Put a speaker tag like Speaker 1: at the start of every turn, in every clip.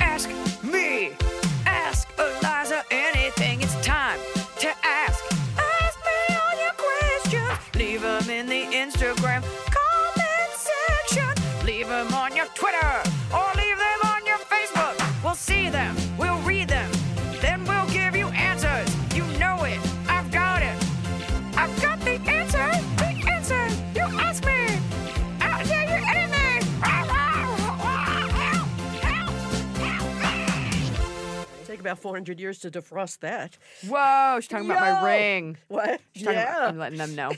Speaker 1: Ask me. Ask Eliza anything. It's time to ask. Ask me all your questions. Leave them in the Instagram comment section. Leave them on your Twitter or leave them on your Facebook. We'll see them. We'll read them. Then we'll give you answers. You know it. I've got it. I've got the answer. The answer. You ask me. I'll tell you anything.
Speaker 2: Take about 400 years to defrost that.
Speaker 3: Whoa, she's talking about
Speaker 2: Yo!
Speaker 3: my ring.
Speaker 2: What?
Speaker 3: She's talking about-
Speaker 2: Yeah.
Speaker 3: I'm letting them know.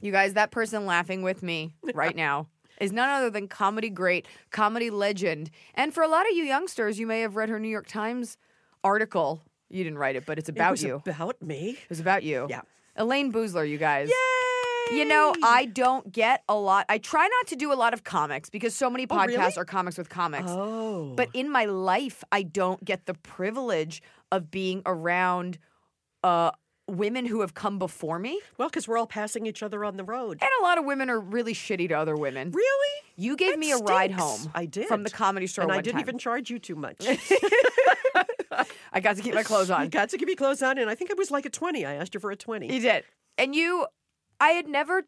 Speaker 3: you guys, that person laughing with me right now is none other than comedy great, comedy legend. And for a lot of you youngsters, you may have read her New York Times article. You didn't write it, but it's
Speaker 2: it
Speaker 3: about
Speaker 2: was
Speaker 3: you.
Speaker 2: About me.
Speaker 3: It was about you.
Speaker 2: Yeah.
Speaker 3: Elaine Boozler, you guys.
Speaker 2: Yay!
Speaker 3: You know, I don't get a lot. I try not to do a lot of comics because so many podcasts
Speaker 2: Oh, really?
Speaker 3: are comics with comics.
Speaker 2: Oh.
Speaker 3: But in my life, I don't get the privilege of being around uh, women who have come before me.
Speaker 2: Well, because we're all passing each other on the road.
Speaker 3: And a lot of women are really shitty to other women.
Speaker 2: Really?
Speaker 3: You gave
Speaker 2: That
Speaker 3: me a ride
Speaker 2: stinks.
Speaker 3: home.
Speaker 2: I did.
Speaker 3: From the comedy store
Speaker 2: and I
Speaker 3: one
Speaker 2: didn't
Speaker 3: time.
Speaker 2: even charge you too much.
Speaker 3: I got to keep my clothes
Speaker 2: You
Speaker 3: on.
Speaker 2: got to give me clothes on, and I think it was like a 20. I asked you for a 20.
Speaker 3: You did. And you, I had never,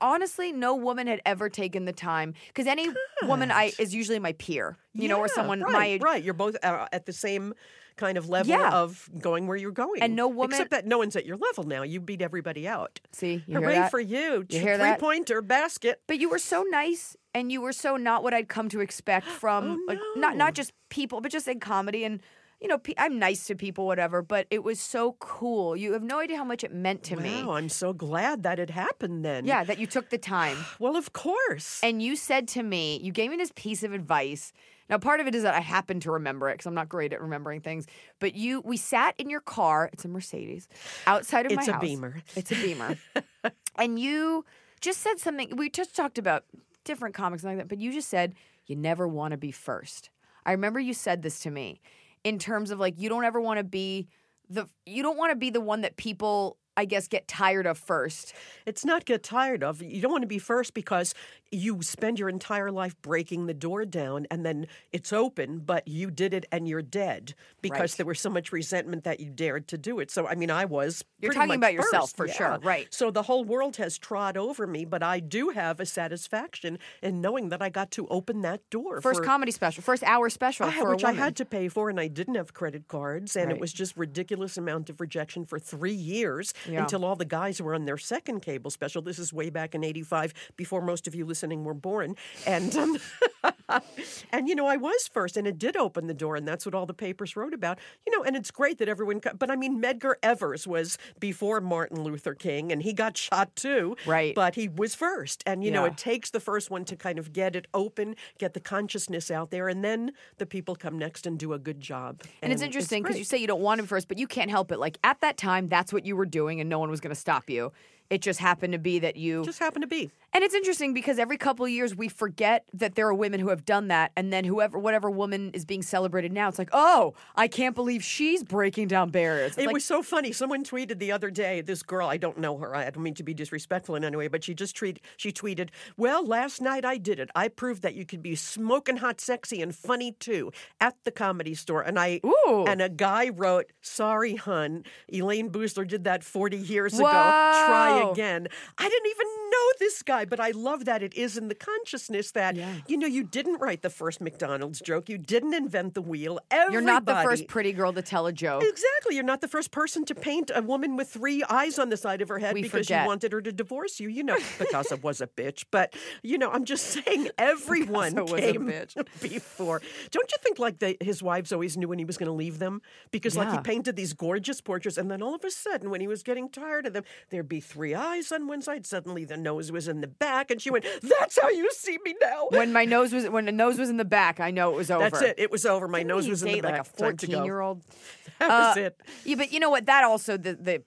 Speaker 3: honestly, no woman had ever taken the time because any woman I is usually my peer, you know, or
Speaker 2: Yeah,
Speaker 3: someone
Speaker 2: right,
Speaker 3: my age.
Speaker 2: Right. You're both uh, at the same kind of level
Speaker 3: Yeah.
Speaker 2: of going where you're going.
Speaker 3: And no woman-
Speaker 2: Except that no one's at your level now. You beat everybody out.
Speaker 3: See, you hear
Speaker 2: Hooray
Speaker 3: that?
Speaker 2: for you.
Speaker 3: You hear
Speaker 2: Three
Speaker 3: that?
Speaker 2: pointer basket.
Speaker 3: But you were so nice, and you were so not what I'd come to expect from like, not
Speaker 2: Oh, no.
Speaker 3: not just people, but just in comedy and. You know, pe- I'm nice to people, whatever, but it was so cool. You have no idea how much it meant to me.
Speaker 2: Wow, I'm so glad that it happened then.
Speaker 3: Yeah, that you took the time.
Speaker 2: Well, of course.
Speaker 3: And you said to me, you gave me this piece of advice. Now, part of it is that I happen to remember it because I'm not great at remembering things. But you, we sat in your car. It's a Mercedes outside of my
Speaker 2: It's a
Speaker 3: house.
Speaker 2: Beamer.
Speaker 3: It's a Beamer. and you just said something. We just talked about different comics and like that. But you just said you never want to be first. I remember you said this to me in terms of like you don't ever want to be the you don't want to be the one that people I guess get tired of first.
Speaker 2: It's not get tired of. You don't want to be first because you spend your entire life breaking the door down and then it's open, but you did it and you're dead
Speaker 3: Right.
Speaker 2: because there was so much resentment that you dared to do it. So, I mean, I was.
Speaker 3: You're
Speaker 2: pretty
Speaker 3: talking
Speaker 2: much
Speaker 3: about yourself
Speaker 2: first,
Speaker 3: for
Speaker 2: yeah.
Speaker 3: sure, right.
Speaker 2: So the whole world has trod over me, but I do have a satisfaction in knowing that I got to open that door.
Speaker 3: First
Speaker 2: for,
Speaker 3: comedy special, first hour special
Speaker 2: I had-
Speaker 3: for
Speaker 2: which
Speaker 3: a
Speaker 2: I
Speaker 3: woman.
Speaker 2: had to pay for, and I didn't have credit cards, and
Speaker 3: Right.
Speaker 2: it was just ridiculous amount of rejection for three years
Speaker 3: Yeah.
Speaker 2: until all the guys were on their second cable special. This is way back in '85, before most of you listening were born, and um, and you know I was first, and it did open the door, and that's what all the papers wrote about. You know, and it's great that everyone, co- but I mean Medgar Evers was before Martin Luther King, and he got shot too,
Speaker 3: Right.
Speaker 2: But Uh, he was first, and you know
Speaker 3: Yeah.
Speaker 2: it takes the first one to kind of get it open, get the consciousness out there, and then the people come next and do a good job.
Speaker 3: And it's interesting because you
Speaker 2: great.
Speaker 3: say you don't want him first, but you can't help it. Like at that time, that's what you were doing, and no one was going to stop you. It just happened to be that you.
Speaker 2: just happened to be.
Speaker 3: and it's interesting because every couple of years we forget that there are women who have done that, and then whoever, whatever woman is being celebrated now, it's like, oh, I can't believe she's breaking down barriers. It's
Speaker 2: It
Speaker 3: like,
Speaker 2: was so funny. Someone tweeted the other day. This girl, I don't know her. I don't mean to be disrespectful in any way, but she just tweet, she tweeted, "Well, last night I did it. I proved that you could be smoking hot, sexy, and funny too at the comedy store." And I
Speaker 3: Ooh.
Speaker 2: and a guy wrote, "Sorry, hun. Elaine Boozler did that 40 years ago. Try
Speaker 3: Whoa.
Speaker 2: again." I didn't even know this guy, but I love that it is in the consciousness that you know you didn't write the first McDonald's joke. You didn't invent the wheel. Everybody
Speaker 3: you're not the first pretty girl to tell a joke.
Speaker 2: Exactly. You're not the first person to paint a woman with three eyes on the side of her head
Speaker 3: We
Speaker 2: because
Speaker 3: forget.
Speaker 2: you wanted her to divorce you. You know, Picasso was a bitch. But, you know, I'm just saying everyone
Speaker 3: Picasso was a
Speaker 2: came
Speaker 3: bitch.
Speaker 2: before. Don't you think, like, the, his wives always knew when he was going to leave them? Because, like,
Speaker 3: Yeah.
Speaker 2: he painted these gorgeous portraits, and then all of a sudden, when he was getting tired of them, there'd be three eyes on one side. Suddenly, the nose was in the back, and she went, That's how you see me now.
Speaker 3: When my nose was when the nose was in the back, I know it was over.
Speaker 2: That's it. It was over. My
Speaker 3: Didn't
Speaker 2: nose
Speaker 3: you
Speaker 2: was in the
Speaker 3: date,
Speaker 2: back.
Speaker 3: like a
Speaker 2: Time to go.
Speaker 3: fourteen year old.
Speaker 2: That was
Speaker 3: Uh,
Speaker 2: it.
Speaker 3: Yeah, but you know what? That also the the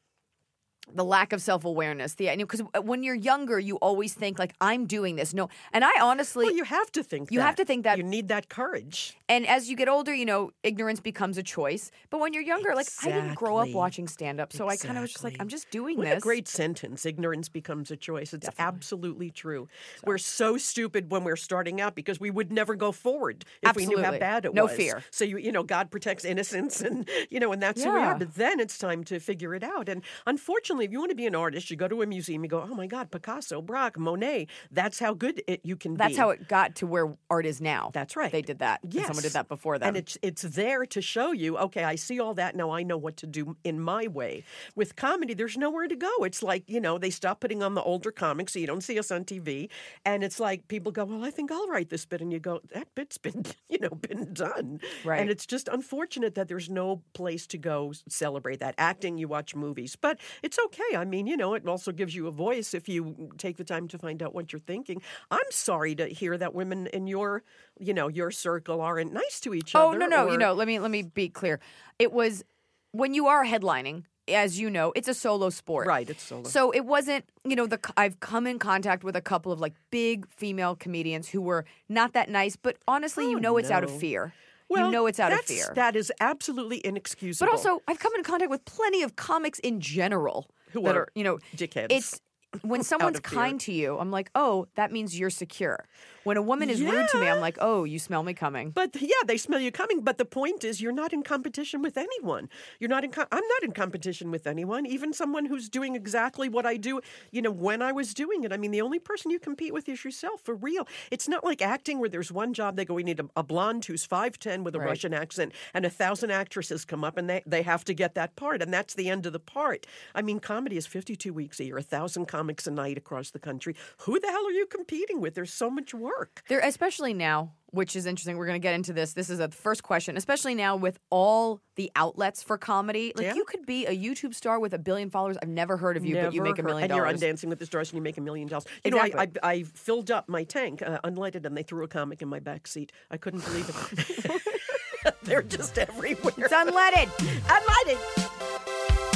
Speaker 3: the lack of self awareness. The because uh, when you're younger, you always think like I'm doing this. No, and I honestly,
Speaker 2: Well, you have to think.
Speaker 3: You have to think that-
Speaker 2: you need that courage.
Speaker 3: and as you get older, you know, ignorance becomes a choice. But when you're younger, like I didn't grow up
Speaker 2: Exactly.
Speaker 3: watching stand up, so I kind of was just like,
Speaker 2: Exactly.
Speaker 3: I'm just doing
Speaker 2: What
Speaker 3: this.
Speaker 2: a great sentence. Ignorance becomes a choice. It's absolutely true. We're so stupid when we're starting out because we would never go forward if we knew how
Speaker 3: Absolutely.
Speaker 2: bad it
Speaker 3: No
Speaker 2: was.
Speaker 3: fear.
Speaker 2: So you you know, God protects innocence and you know, and that's who we are.
Speaker 3: Yeah.
Speaker 2: But then it's time to figure it out. And unfortunately, if you want to be an artist, you go to a museum, you go, Oh my God, Picasso, Brock, Monet, that's how good it you can be.
Speaker 3: That's how it got to where art is now.
Speaker 2: That's right.
Speaker 3: They did that. and someone
Speaker 2: Yes.
Speaker 3: did that before them.
Speaker 2: And it's it's there to show you, okay, I see all that now I know what to do in my way. With comedy, there's nowhere to go. It's like, you know, they stop putting on the older comics so you don't see us on TV. And it's like people go, Well, I think I'll write this bit and you go, That bit's been you know, been done.
Speaker 3: Right.
Speaker 2: And it's just unfortunate that there's no place to go s- celebrate that. Acting, you watch movies. But it's okay. I mean, you know, it also gives you a voice if you take the time to find out what you're thinking. I'm sorry to hear that women in your you know, your circle aren't nice to each
Speaker 3: oh
Speaker 2: other.
Speaker 3: no no
Speaker 2: or-
Speaker 3: you know let me let me be clear. It was when you are headlining, as you know, it's a solo sport.
Speaker 2: Right, it's solo.
Speaker 3: So it wasn't, you know, the I've come in contact with a couple of like big female comedians who were not that nice, but honestly, you know, it's out of
Speaker 2: Oh, no.
Speaker 3: fear.
Speaker 2: well,
Speaker 3: you know, it's out of
Speaker 2: that's-
Speaker 3: fear.
Speaker 2: That is absolutely inexcusable.
Speaker 3: but also, I've come in contact with plenty of comics in general
Speaker 2: Who
Speaker 3: that
Speaker 2: are
Speaker 3: are, you know,
Speaker 2: dickheads.
Speaker 3: It's when someone's
Speaker 2: of fear.
Speaker 3: kind to you, I'm like, oh, that means you're secure. When a woman is rude to me, I'm like, oh, you smell me coming.
Speaker 2: But yeah, they smell you coming. But the point is, you're not in competition with anyone. You're not in. Com- I'm not in competition with anyone. Even someone who's doing exactly what I do. You know, when I was doing it, I mean, the only person you compete with is yourself for real. It's not like acting where there's one job. They go, we need a, a blonde who's five ten with a
Speaker 3: Right.
Speaker 2: Russian accent, and a thousand actresses come up, and they they have to get that part, and that's the end of the part. I mean, comedy is 52 weeks a year, a thousand comics a night across the country. Who the hell are you competing with? There's so much work.
Speaker 3: There, especially now, which is interesting. We're going to get into this. This is a first question, especially now with all the outlets for comedy. Like
Speaker 2: Yeah.
Speaker 3: you could be a YouTube star with a billion followers. I've never heard of you, but you
Speaker 2: Never
Speaker 3: make a
Speaker 2: heard-
Speaker 3: million
Speaker 2: and you're on
Speaker 3: dollars.
Speaker 2: Dancing with the Stars, and you make a million dollars. You know, I, I I filled up my tank, uh, unleaded, and they threw a comic in my back seat. I couldn't believe it. They're just everywhere.
Speaker 3: It's unleaded.
Speaker 2: Unleaded.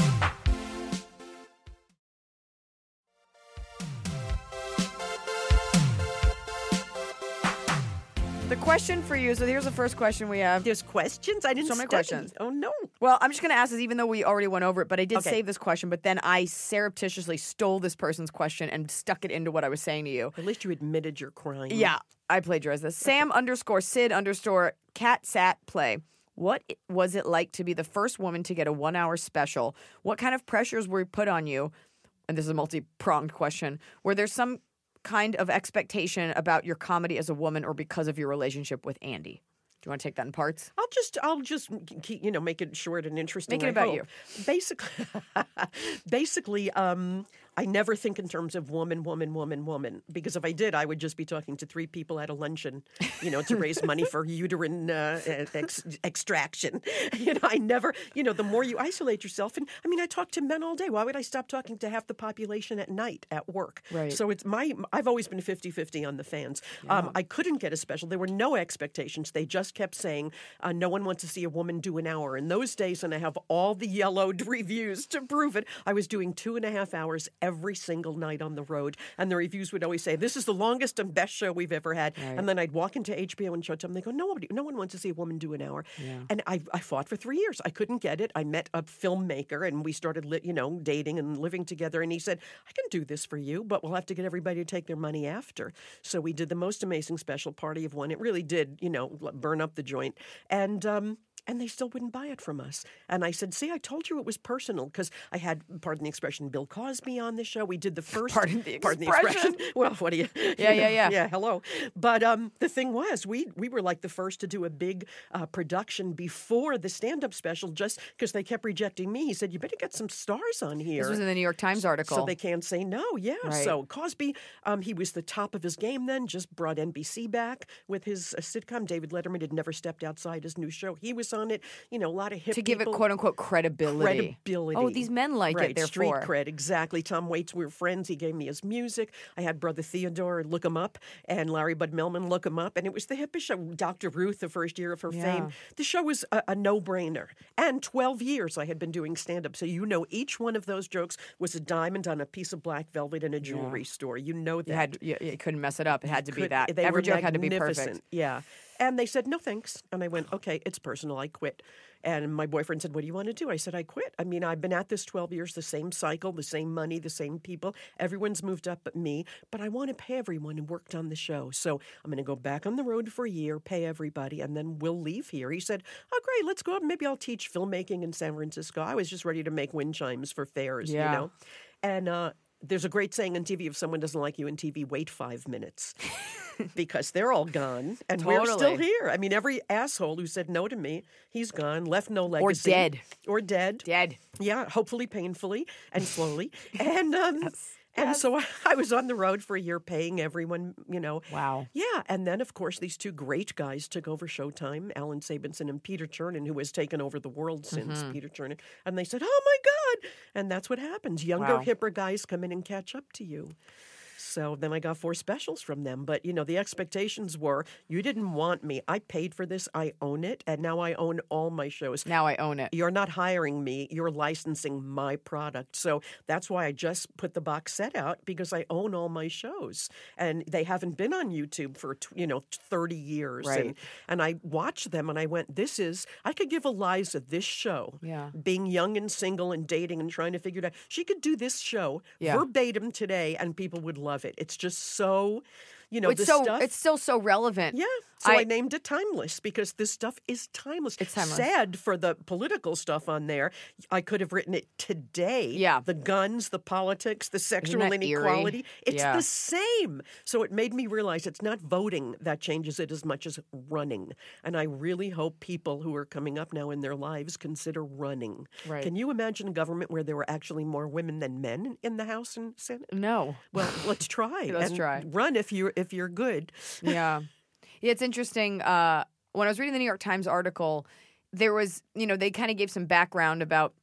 Speaker 3: the question for you. So here's the first question we have.
Speaker 2: There's questions. I didn't.
Speaker 3: So many
Speaker 2: study.
Speaker 3: questions.
Speaker 2: Oh no.
Speaker 3: Well, I'm just going to ask this, even though we already went over it, but I did
Speaker 2: Okay.
Speaker 3: save this question. But then I surreptitiously stole this person's question and stuck it into what I was saying to you.
Speaker 2: At least you admitted your crime.
Speaker 3: Yeah, I plagiarized this. Sam underscore Sid underscore cat sat play. What i- was it like to be the first woman to get a one hour special? What kind of pressures were put on you? And this is a multi pronged question. Were there some kind of expectation about your comedy as a woman or because of your relationship with Andy? Do you want to take that in parts?
Speaker 2: I'll just I'll just keep, you know make it short and interesting.
Speaker 3: Make it
Speaker 2: I
Speaker 3: about
Speaker 2: hope. Basically, basically, um, I never think in terms of woman, woman, woman, woman because if I did, I would just be talking to three people at a luncheon, you know, to raise money for uterine uh, ex- extraction. You know, I never, you know, the more you isolate yourself, and I mean, I talk to men all day. Why would I stop talking to half the population at night at work?
Speaker 3: Right.
Speaker 2: So it's my I've always been 50-50 on the fans. Um, I couldn't get a special. There were no expectations. They just kept saying uh, no one wants to see a woman do an hour. In those days, and I have all the yellowed reviews to prove it. I was doing two and a half hours every single night on the road, and the reviews would always say this is the longest and best show we've ever had. And then I'd walk into HBO and show it to them. They go nobody, no one wants to see a woman do an hour. And I I fought for three years. I couldn't get it. I met a filmmaker and we started li- you know dating and living together. And he said I can do this for you, but we'll have to get everybody to take their money after. So we did the most amazing special party of one. It really did, you know, l- burn up the joint. And um, and they still wouldn't buy it from us. And I said, "See, I told you it was personal because I had, pardon the expression, Bill Cosby on the show. We did the first,
Speaker 3: Pardon the
Speaker 2: expression. Well, what do you?
Speaker 3: Yeah,
Speaker 2: you know,
Speaker 3: yeah, yeah.
Speaker 2: yeah. Hello. But um, the thing was, we we were like the first to do a big uh, production before the stand-up special, just because they kept rejecting me. He said, "You better get some stars on here."
Speaker 3: This was in the New York Times article.
Speaker 2: So they can't say no. Yeah.
Speaker 3: Right.
Speaker 2: So Cosby, um, he was the top of his game then. Just brought NBC back with his uh, sitcom. David Letterman had never stepped outside his new show. He was on. on it. You know, a lot of hip
Speaker 3: to give it
Speaker 2: people.
Speaker 3: quote unquote credibility.
Speaker 2: credibility.
Speaker 3: Oh, these men like
Speaker 2: right,
Speaker 3: it. Therefore,
Speaker 2: street cred exactly. Tom Waits, we were friends. He gave me his music. I had brother Theodore look him up, and Larry Bud Melman look him up, and it was the hippest show. Dr. Ruth, the first year of her
Speaker 3: Yeah.
Speaker 2: fame, the show was a, a no-brainer. And twelve years I had been doing stand-up, so you know each one of those jokes was a diamond on a piece of black velvet in a jewelry store. You know that.
Speaker 3: you had you, you couldn't mess it up. It had to be
Speaker 2: could-
Speaker 3: that.
Speaker 2: They
Speaker 3: Every
Speaker 2: were
Speaker 3: joke had to be perfect.
Speaker 2: magnificent. Yeah. And they said, no thanks. And I went, okay, it's personal. I quit. And my boyfriend said, what do you want to do? I said, I quit. I mean, I've been at this 12 years, the same cycle, the same money, the same people. Everyone's moved up but me, but I want to pay everyone who worked on the show. So I'm going to go back on the road for a year, pay everybody, and then we'll leave here. He said, oh, great, let's go up. Maybe I'll teach filmmaking in San Francisco. I was just ready to make wind chimes for fairs,
Speaker 3: Yeah.
Speaker 2: you know? And uh, there's a great saying on TV if someone doesn't like you in TV, wait five minutes because they're all gone and we're still
Speaker 3: Totally.
Speaker 2: here. I mean, every asshole who said no to me, he's gone, left no legacy.
Speaker 3: dead.
Speaker 2: Or dead.
Speaker 3: Dead.
Speaker 2: Yeah, hopefully painfully and slowly. and um, and so I, I was on the road for a year paying everyone, you know.
Speaker 3: Wow.
Speaker 2: Yeah, and then of course these two great guys took over Showtime, Alan Sabinson and Peter Chernin, who has taken over the world since
Speaker 3: Mm-hmm.
Speaker 2: Peter Chernin. And they said, "Oh my God!" And that's what happens. Younger,
Speaker 3: Wow.
Speaker 2: hipper guys come in and catch up to you. So then I got four specials from them. But you know, the expectations were you didn't want me. I paid for this. I own it, and now I own all my shows
Speaker 3: Now I own it.
Speaker 2: you're not hiring me you're licensing my product so that's why i just put the box set out because i own all my shows and they haven't been on youtube for tw- you know 30 years
Speaker 3: Right.
Speaker 2: and, and i watched them and i went this is i could give eliza this show
Speaker 3: Yeah.
Speaker 2: being young and single and dating and trying to figure it out she could do this show
Speaker 3: Yeah.
Speaker 2: verbatim today and people would love it it's just so you know
Speaker 3: it's
Speaker 2: the
Speaker 3: so
Speaker 2: stuff
Speaker 3: it's still so relevant.
Speaker 2: yeah. So I,
Speaker 3: I-
Speaker 2: named it timeless because this stuff is timeless.
Speaker 3: It's timeless.
Speaker 2: Sad for the political stuff on there. I could have written it today.
Speaker 3: Yeah.
Speaker 2: The guns, the politics, the sexual
Speaker 3: that eerie?
Speaker 2: inequality. It's
Speaker 3: Yeah.
Speaker 2: the same. So it made me realize it's not voting that changes it as much as running. And I really hope people who are coming up now in their lives consider running.
Speaker 3: Right.
Speaker 2: Can you imagine a government where there were actually more women than men in the House and Senate?
Speaker 3: No.
Speaker 2: Well, let's try.
Speaker 3: Let's
Speaker 2: and
Speaker 3: try.
Speaker 2: Run if you're if you're good.
Speaker 3: yeah. Yeah, It's interesting. Uh, when I was reading the New York Times article, there was, you know, they kind of gave some background about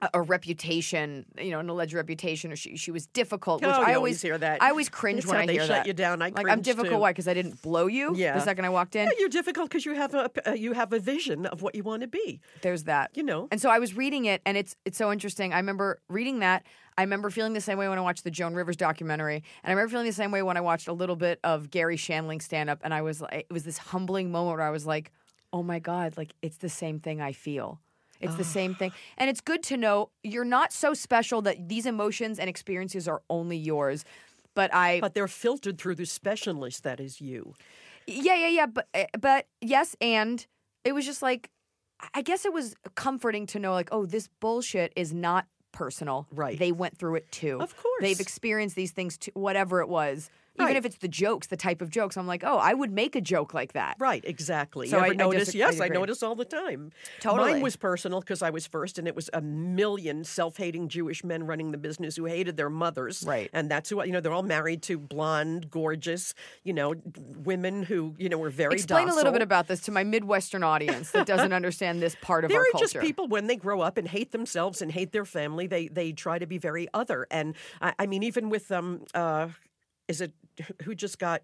Speaker 3: a, a reputation, you know, an alleged reputation, or she, she was difficult, which I
Speaker 2: Oh, you
Speaker 3: always
Speaker 2: always hear that.
Speaker 3: I always cringe
Speaker 2: That's
Speaker 3: when
Speaker 2: how
Speaker 3: I
Speaker 2: they
Speaker 3: hear
Speaker 2: shut
Speaker 3: that.
Speaker 2: you down. I
Speaker 3: like I'm
Speaker 2: cringe,
Speaker 3: difficult.
Speaker 2: too.
Speaker 3: Why? Because I didn't blow you
Speaker 2: Yeah.
Speaker 3: the second I walked in.
Speaker 2: Yeah, you're difficult because you have a uh, you have a vision of what you want to be.
Speaker 3: There's that.
Speaker 2: You know.
Speaker 3: And so I was reading it, and it's it's so interesting. I remember reading that. I remember feeling the same way when I watched the Joan Rivers documentary, and I remember feeling the same way when I watched a little bit of Gary Shandling stand up, and I was like, it was this humbling moment where I was like, oh my god, like it's the same thing I feel. It's the same thing. And it's good to know you're not so special that these emotions and experiences are only yours. But I
Speaker 2: But they're filtered through the specialness that is you.
Speaker 3: Yeah, yeah, yeah. But uh, but yes, and it was just like I- I guess it was comforting to know like, oh, this bullshit is not personal.
Speaker 2: Right.
Speaker 3: They went through it too.
Speaker 2: Of course.
Speaker 3: They've experienced these things too whatever it was. Even
Speaker 2: Right.
Speaker 3: if it's the jokes, the type of jokes, I'm like, oh, I would make a joke like that.
Speaker 2: Right, exactly.
Speaker 3: So
Speaker 2: you
Speaker 3: I-
Speaker 2: ever
Speaker 3: I
Speaker 2: notice?
Speaker 3: disagree- I
Speaker 2: yes, I
Speaker 3: agree.
Speaker 2: notice all the time.
Speaker 3: Totally.
Speaker 2: Mine was personal because I was first, and it was a million self-hating Jewish men running the business who hated their mothers.
Speaker 3: Right.
Speaker 2: and that's who I- you know. They're all married to blonde, gorgeous, you know, women who you know were very
Speaker 3: Explain a little
Speaker 2: docile.
Speaker 3: bit about this to my Midwestern audience that doesn't understand this part of
Speaker 2: They're
Speaker 3: our culture.
Speaker 2: just people when they grow up and hate themselves and hate their family. They they try to be very other. And I, I mean, even with um, uh, is it who just got.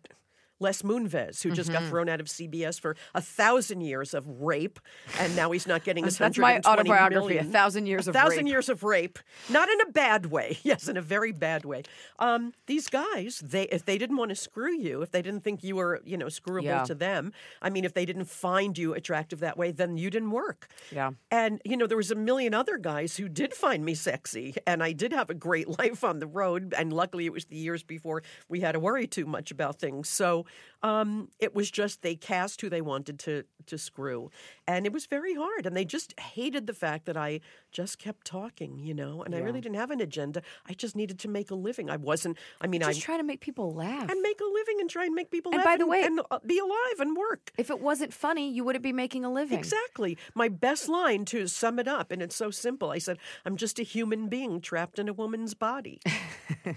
Speaker 2: Les Moonves, who just got
Speaker 3: Mm-hmm.
Speaker 2: thrown out of CBS for a thousand years of rape, and now he's not getting his
Speaker 3: That's my
Speaker 2: 120
Speaker 3: autobiography,
Speaker 2: million.
Speaker 3: A Thousand Years
Speaker 2: A
Speaker 3: of
Speaker 2: thousand
Speaker 3: Rape.
Speaker 2: years of rape, not in a bad way. Yes, in a very bad way. Um, these guys, they if they didn't want to screw you, if they didn't think you were, you know, screwable
Speaker 3: Yeah.
Speaker 2: to them, I mean, if they didn't find you attractive that way, then you didn't work.
Speaker 3: Yeah.
Speaker 2: And you know, there was a million other guys who did find me sexy, and I did have a great life on the road. And luckily, it was the years before we had to worry too much about things. So um, it was just they cast who they wanted to to screw, and it was very hard. And they just hated the fact that I just kept talking, you know. And I really didn't have an agenda. I just needed to make a living. I wasn't. I mean, I
Speaker 3: just try to make people laugh.
Speaker 2: and make a living and try and make people
Speaker 3: And
Speaker 2: laugh
Speaker 3: by the way-
Speaker 2: and uh, be alive and work.
Speaker 3: if it wasn't funny, you wouldn't be making a living.
Speaker 2: Exactly. My best line to sum it up, and it's so simple. I said, I'm just a human being trapped in a woman's body.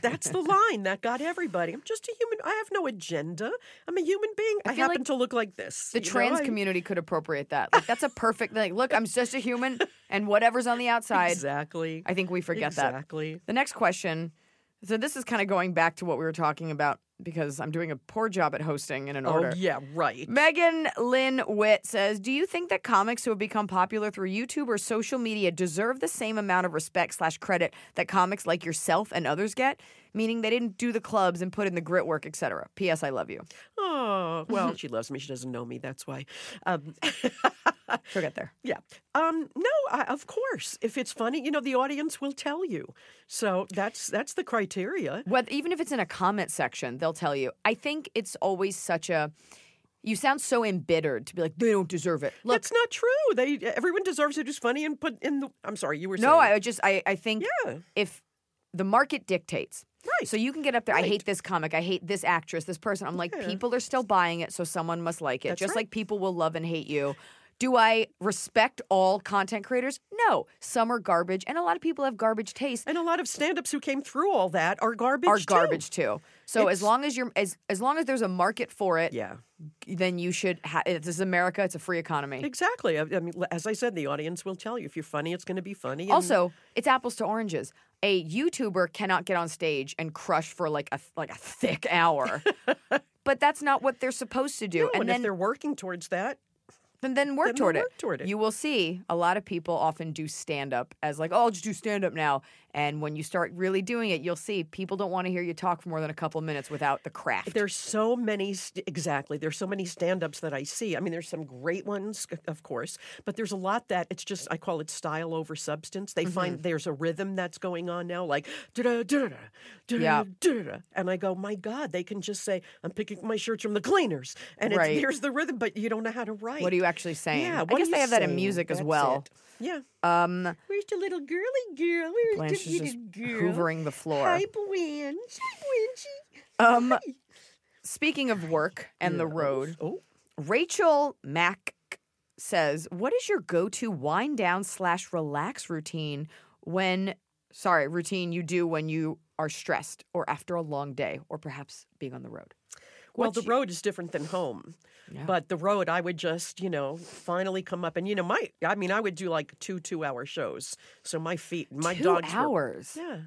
Speaker 2: That's the line that got everybody. I'm just a human. I have no agenda. I'm I'm a human being. I,
Speaker 3: feel like
Speaker 2: happen to look like this.
Speaker 3: The
Speaker 2: you know,
Speaker 3: trans
Speaker 2: I-
Speaker 3: community could appropriate that. Like that's a perfect like look, I'm just a human and whatever's on the outside.
Speaker 2: Exactly.
Speaker 3: I think we forget that.
Speaker 2: exactly.
Speaker 3: The next question. So this is kind of going back to what we were talking about because I'm doing a poor job at hosting in an order.
Speaker 2: Oh yeah, right.
Speaker 3: Megan Lynn Witt says, "Do you think that comics who have become popular through YouTube or social media deserve the same amount of respect slash credit that comics like yourself and others get? Meaning they didn't do the clubs and put in the grit work, etc." P.S. I love you.
Speaker 2: Oh well, she loves me. She doesn't know me. That's why. Um,
Speaker 3: She'll get there.
Speaker 2: yeah. Um, no, I, of course. If it's funny, you know, the audience will tell you. So that's that's the criteria.
Speaker 3: Whether, even if it's in a comment section, they'll tell you. I think it's always such a. You sound so embittered to be like they don't deserve it. Look,
Speaker 2: That's not true. They everyone deserves it who's funny and put in the. I'm sorry, you were
Speaker 3: no,
Speaker 2: saying.
Speaker 3: I just I I think
Speaker 2: Yeah.
Speaker 3: if the market dictates.
Speaker 2: Right.
Speaker 3: So you can get up there. I hate this comic. I hate this actress. This person. I'm like,
Speaker 2: Yeah.
Speaker 3: people are still buying it, so someone must like it.
Speaker 2: That's
Speaker 3: Just
Speaker 2: right.
Speaker 3: like people will love and hate you. Do I respect all content creators? No. Some are garbage, and a lot of people have garbage taste.
Speaker 2: And a lot of stand-ups who came through all that are garbage.
Speaker 3: Are
Speaker 2: too.
Speaker 3: garbage too. So as
Speaker 2: It's-
Speaker 3: long as you're as as long as there's a market for it,
Speaker 2: Yeah.
Speaker 3: then you should. Ha- this is America. It's a free economy.
Speaker 2: Exactly. I, I mean, as I said, the audience will tell you if you're funny, it's going to be funny. and-
Speaker 3: Also, it's apples to oranges. A YouTuber cannot get on stage and crush for like a like a thick hour. but that's not what they're supposed to do.
Speaker 2: No, and,
Speaker 3: and then
Speaker 2: if they're working towards that,
Speaker 3: then, then work
Speaker 2: then they'll
Speaker 3: toward it.
Speaker 2: work toward it.
Speaker 3: You will see a lot of people often do stand up as like, "Oh, I'll just do stand up now." And when you start really doing it, you'll see people don't want to hear you talk for more than a couple minutes without the craft.
Speaker 2: there's so many st- exactly. There's so many stand-ups that I see. I mean, there's some great ones, c- of course, but there's a lot that it's just I call it style over substance. They
Speaker 3: Mm-hmm.
Speaker 2: find there's a rhythm that's going on now, like da da da da
Speaker 3: Yeah.
Speaker 2: da and I go, my God, they can just say, "I'm picking up my shirts from the cleaners," and it's,
Speaker 3: Right.
Speaker 2: there's the rhythm, but you don't know how to write.
Speaker 3: What are you actually saying?
Speaker 2: Yeah,
Speaker 3: I
Speaker 2: what are
Speaker 3: guess
Speaker 2: you
Speaker 3: they have that in
Speaker 2: saying?
Speaker 3: music as
Speaker 2: That's
Speaker 3: well.
Speaker 2: it. Yeah.
Speaker 3: Um,
Speaker 2: Where's the little girly girl? Where's
Speaker 3: Blanche is just
Speaker 2: girl?
Speaker 3: hoovering the floor.
Speaker 2: Blanche. Hi,
Speaker 3: Um, speaking of work and the road,
Speaker 2: Oh,
Speaker 3: Rachel Mack says, "What is your go-to wind down slash relax routine when sorry routine you do when you are stressed or after a long day or perhaps being on the road?"
Speaker 2: well,
Speaker 3: What
Speaker 2: the
Speaker 3: you-
Speaker 2: road is different than home.
Speaker 3: Yeah.
Speaker 2: But the road, I would just, you know, finally come up. And, you know, my, I mean, I would do like two two hour shows. So my feet, my
Speaker 3: Two
Speaker 2: dogs. were-
Speaker 3: hours.
Speaker 2: yeah.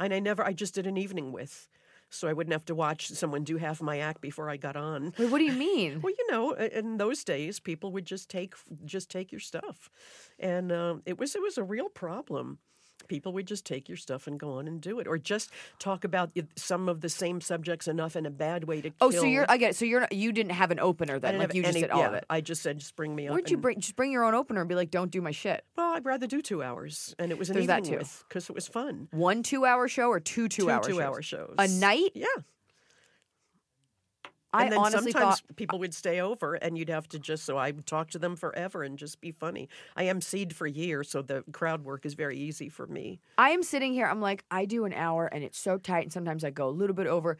Speaker 2: And I never, I just did an evening with. So I wouldn't have to watch someone do half my act before I got on.
Speaker 3: Wait, what do you mean?
Speaker 2: Well, you know, i- in those days, people would just take just take your stuff, and um, it was it was a real problem. People would just take your stuff and go on and do it, or just talk about it- some of the same subjects enough in a bad way to.
Speaker 3: oh,
Speaker 2: kill.
Speaker 3: so you're I get it. So you're not, you didn't have an opener
Speaker 2: I
Speaker 3: then,
Speaker 2: didn't
Speaker 3: like
Speaker 2: have
Speaker 3: you just
Speaker 2: any-
Speaker 3: did all of
Speaker 2: yeah,
Speaker 3: it.
Speaker 2: I just said, just bring me up.
Speaker 3: Where'd you
Speaker 2: and-
Speaker 3: bring? Just bring your own opener and be like, "Don't do my shit."
Speaker 2: Well, I'd rather do two hours, and it was an
Speaker 3: There's that
Speaker 2: evening
Speaker 3: too.
Speaker 2: with because it was fun.
Speaker 3: One two-hour show or two two-hour
Speaker 2: two
Speaker 3: shows?
Speaker 2: two-hour shows
Speaker 3: A night?
Speaker 2: Yeah,
Speaker 3: I
Speaker 2: and then
Speaker 3: honestly
Speaker 2: sometimes
Speaker 3: thought
Speaker 2: people would stay over, and you'd have to just so I would talk to them forever and just be funny. I emceed for years, so the crowd work is very easy for me.
Speaker 3: I am sitting here, I'm like, I do an hour and it's so tight, and sometimes I go a little bit over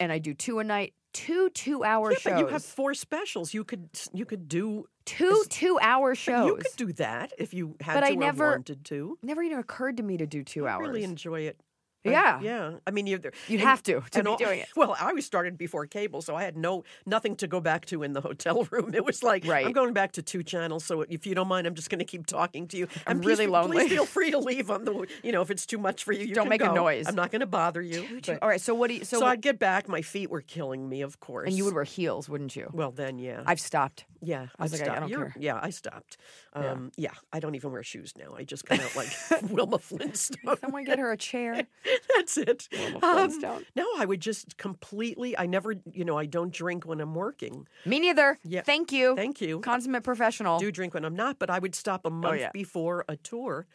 Speaker 3: and I do two a night, two two hour
Speaker 2: yeah,
Speaker 3: shows.
Speaker 2: but you have four specials. You could you could do
Speaker 3: two two hour shows.
Speaker 2: you could do that if you had
Speaker 3: But
Speaker 2: to
Speaker 3: I
Speaker 2: or
Speaker 3: never-
Speaker 2: wanted to.
Speaker 3: Never even occurred to me to do two
Speaker 2: I
Speaker 3: hours.
Speaker 2: really enjoy it. I-
Speaker 3: Yeah.
Speaker 2: yeah. I mean, you're there.
Speaker 3: You'd have to to
Speaker 2: and
Speaker 3: be
Speaker 2: all-
Speaker 3: doing it.
Speaker 2: Well, I was started before cable, so I had no nothing to go back to in the hotel room. It was like
Speaker 3: Right.
Speaker 2: I'm going back to two channels. So if you don't mind, I'm just going to keep talking to you.
Speaker 3: I'm
Speaker 2: and please
Speaker 3: really
Speaker 2: fe-
Speaker 3: lonely.
Speaker 2: Please feel free to leave on the. You know, if it's too much for you, you
Speaker 3: Don't
Speaker 2: can
Speaker 3: make a
Speaker 2: go.
Speaker 3: noise.
Speaker 2: I'm not going to bother you. but-
Speaker 3: All right, so what do you so,
Speaker 2: so
Speaker 3: what-
Speaker 2: I'd get back. My feet were killing me, of course.
Speaker 3: and you would wear heels, wouldn't you?
Speaker 2: Well, then, yeah.
Speaker 3: I've stopped.
Speaker 2: Yeah,
Speaker 3: was like,
Speaker 2: I'd
Speaker 3: I- I
Speaker 2: stop.
Speaker 3: don't
Speaker 2: You're-
Speaker 3: care.
Speaker 2: Yeah, I stopped. Um, yeah. I don't even wear shoes now. I just come out like Wilma Flintstone.
Speaker 3: Someone get her a chair.
Speaker 2: That's it. Um,
Speaker 3: Flintstone.
Speaker 2: no, I would just completely. I never, you know, I don't drink when I'm working.
Speaker 3: Me neither.
Speaker 2: Yeah.
Speaker 3: Thank you.
Speaker 2: Thank you.
Speaker 3: Consummate professional.
Speaker 2: I do drink when I'm not, but I would stop a month
Speaker 3: Oh, yeah.
Speaker 2: before a tour.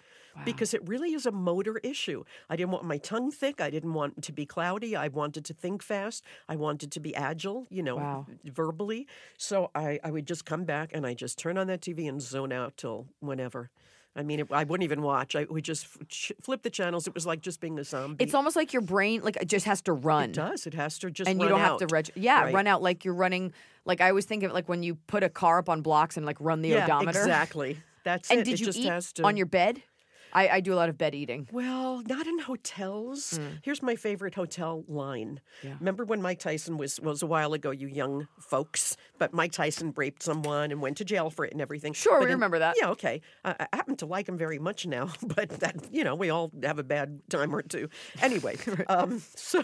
Speaker 2: Because it really is a motor issue. I didn't want my tongue thick. I didn't want to be cloudy. I wanted to think fast. I wanted to be agile, you know,
Speaker 3: Wow.
Speaker 2: verbally. So I, I would just come back and I just turn on that TV and zone out till whenever. I mean, it, I wouldn't even watch. I would just f- ch- flip the channels. It was like just being a zombie.
Speaker 3: It's almost like your brain like it just has to run.
Speaker 2: it does. It has to just
Speaker 3: Mm. and you
Speaker 2: run
Speaker 3: don't
Speaker 2: out.
Speaker 3: have to register. Yeah,
Speaker 2: Right.
Speaker 3: run out like you're running. Like I always think of it like when you put a car up on blocks and like run the
Speaker 2: yeah,
Speaker 3: odometer.
Speaker 2: Exactly. That's
Speaker 3: And
Speaker 2: it.
Speaker 3: did
Speaker 2: it
Speaker 3: you
Speaker 2: just
Speaker 3: eat
Speaker 2: has to
Speaker 3: on your bed? I, I do a lot of bed eating.
Speaker 2: Well, not in hotels.
Speaker 3: Mm.
Speaker 2: Here's my favorite hotel line. Remember when Mike Tyson was was a while ago, you young folks, but Mike Tyson raped someone and went to jail for it and everything.
Speaker 3: Sure,
Speaker 2: But
Speaker 3: we
Speaker 2: in-
Speaker 3: remember that.
Speaker 2: Yeah, okay. I, I happen to like him very much now, but that you know we all have a bad time or two. Anyway, um, so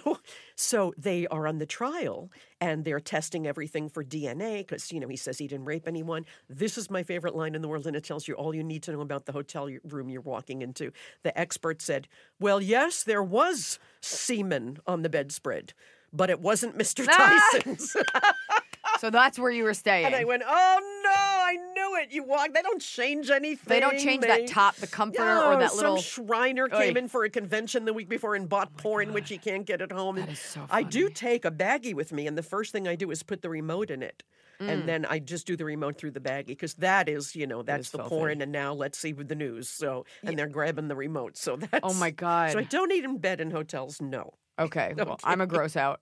Speaker 2: so they are on the trial and they're testing everything for DNA because you know he says he didn't rape anyone. This is my favorite line in the world, and it tells you all you need to know about the hotel y- room you're walking into. The expert said, "Well, yes, there was semen on the bedspread." But it wasn't Mr.
Speaker 3: Ah!
Speaker 2: Tyson's.
Speaker 3: So that's where you were staying.
Speaker 2: And I went, oh no, I knew it. You walk. They don't change anything.
Speaker 3: they don't change
Speaker 2: They-
Speaker 3: that top, the comforter, or
Speaker 2: Yeah,
Speaker 3: that little.
Speaker 2: Some Shriner came
Speaker 3: Oy. Oh
Speaker 2: in for a convention the week before and bought porn, which he can't get at home.
Speaker 3: That is so
Speaker 2: I do
Speaker 3: funny.
Speaker 2: take a baggie with me, and the first thing I do is put the remote in it.
Speaker 3: Mm.
Speaker 2: And then I just do the remote through the baggie because that is, you know, that's
Speaker 3: is
Speaker 2: the
Speaker 3: filthy.
Speaker 2: porn. And now let's see with the news. So, and they're grabbing the remote. So that's.
Speaker 3: oh my god.
Speaker 2: So I don't eat in bed in hotels. No.
Speaker 3: Okay, well, I'm a gross out,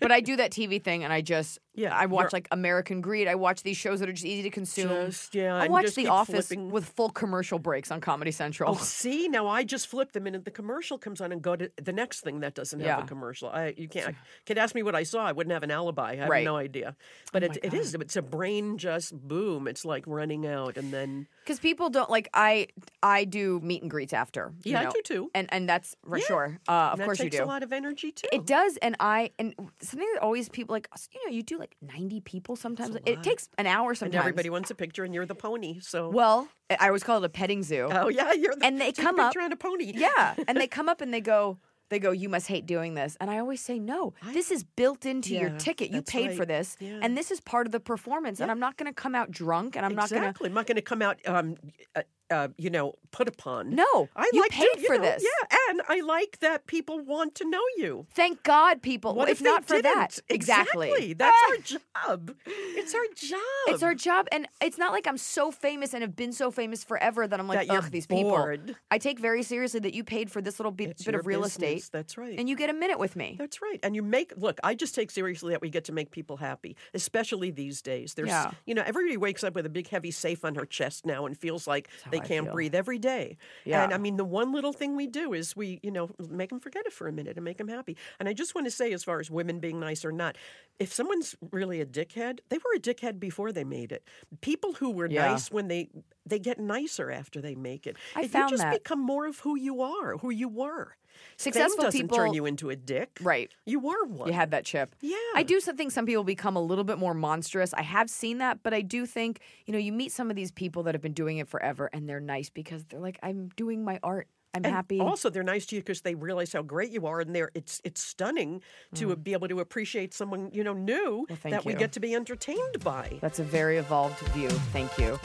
Speaker 3: but I do that TV thing, and I just
Speaker 2: Yeah,
Speaker 3: I watch
Speaker 2: you're-
Speaker 3: like American Greed. I watch these shows that are just easy to consume.
Speaker 2: Just, yeah,
Speaker 3: I
Speaker 2: and
Speaker 3: watch
Speaker 2: just
Speaker 3: The
Speaker 2: keep
Speaker 3: Office
Speaker 2: flipping.
Speaker 3: with full commercial breaks on Comedy Central.
Speaker 2: Oh, see, now I just flip the minute the commercial comes on and go to the next thing that doesn't have a
Speaker 3: Yeah.
Speaker 2: commercial. I you can't I could ask me what I saw. I wouldn't have an alibi. I have
Speaker 3: Right. Oh
Speaker 2: no idea. But it, it is it's a brain just boom. It's like running out and then
Speaker 3: Because people don't like I I do meet and greets after. you
Speaker 2: Yeah, I
Speaker 3: know,
Speaker 2: do too.
Speaker 3: and and that's for sure. Uh, of
Speaker 2: and that
Speaker 3: course you
Speaker 2: takes
Speaker 3: do.
Speaker 2: a lot of energy too.
Speaker 3: It does, and I and something that always people like you know you do like 90 people sometimes. It takes an hour
Speaker 2: and
Speaker 3: sometimes.
Speaker 2: everybody wants a picture and you're the pony. So
Speaker 3: Well, I- I always call it a petting zoo.
Speaker 2: Oh yeah, you're the
Speaker 3: and they
Speaker 2: take a
Speaker 3: come up-
Speaker 2: picture on a pony.
Speaker 3: Yeah, and they come up and they go, they go, you must hate doing this, and I always say no. this is built into your
Speaker 2: Yeah,
Speaker 3: ticket. You
Speaker 2: that's
Speaker 3: paid for
Speaker 2: right.
Speaker 3: this,
Speaker 2: Yeah.
Speaker 3: and this is part of the performance. And I'm not going to come out drunk, and I'm not
Speaker 2: exactly. I'm not going to come out, um, uh, uh, you know, put upon.
Speaker 3: No,
Speaker 2: I
Speaker 3: you
Speaker 2: like to-
Speaker 3: paid
Speaker 2: you
Speaker 3: for
Speaker 2: know,
Speaker 3: this.
Speaker 2: Yeah, and I like that people want to know you.
Speaker 3: going to. Thank God, people.
Speaker 2: What
Speaker 3: if,
Speaker 2: if,
Speaker 3: not
Speaker 2: they
Speaker 3: for that, Ah.
Speaker 2: didn't? Exactly. That's our job. It's our job.
Speaker 3: It's our job, and it's not like I'm so famous and have been so famous forever that I'm like,
Speaker 2: That you're
Speaker 3: ugh, these
Speaker 2: bored.
Speaker 3: people. I take very seriously that you paid for this little bit,
Speaker 2: It's
Speaker 3: bit
Speaker 2: your
Speaker 3: of real
Speaker 2: business.
Speaker 3: estate,
Speaker 2: That's right.
Speaker 3: and you get a minute with me.
Speaker 2: That's right. And you make look, I just take seriously that we get to make people happy, especially these days. There's
Speaker 3: Yeah.
Speaker 2: you know, everybody wakes up with a big heavy safe on her chest now and feels like they
Speaker 3: I
Speaker 2: can't
Speaker 3: feel.
Speaker 2: breathe every day. And
Speaker 3: Yeah.
Speaker 2: I mean, the one little thing we do is we, you know, make them forget it for a minute and make them happy. And I just want to say as far as women being nice or not, if someone's really a dickhead, they were a dickhead before they made it. People who were
Speaker 3: Yeah.
Speaker 2: nice when they they get nicer after they make it.
Speaker 3: I
Speaker 2: if
Speaker 3: found
Speaker 2: you just
Speaker 3: that.
Speaker 2: become more of who you are, who you were. Fame
Speaker 3: Successful
Speaker 2: doesn't turn
Speaker 3: people-
Speaker 2: you into a dick.
Speaker 3: Right.
Speaker 2: You were one.
Speaker 3: You had that chip.
Speaker 2: Yeah.
Speaker 3: I do so- think some people become a little bit more monstrous. I have seen that, but I do think, you know, you meet some of these people that have been doing it forever and they're nice because they're like, I'm doing my art. I'm
Speaker 2: And
Speaker 3: happy.
Speaker 2: Also, they're nice to you because they realize how great you are, and they're it's it's stunning to be able to appreciate someone you know new
Speaker 3: Mm. thank
Speaker 2: that we
Speaker 3: you.
Speaker 2: get to be entertained by.
Speaker 3: That's a very evolved view. Thank you.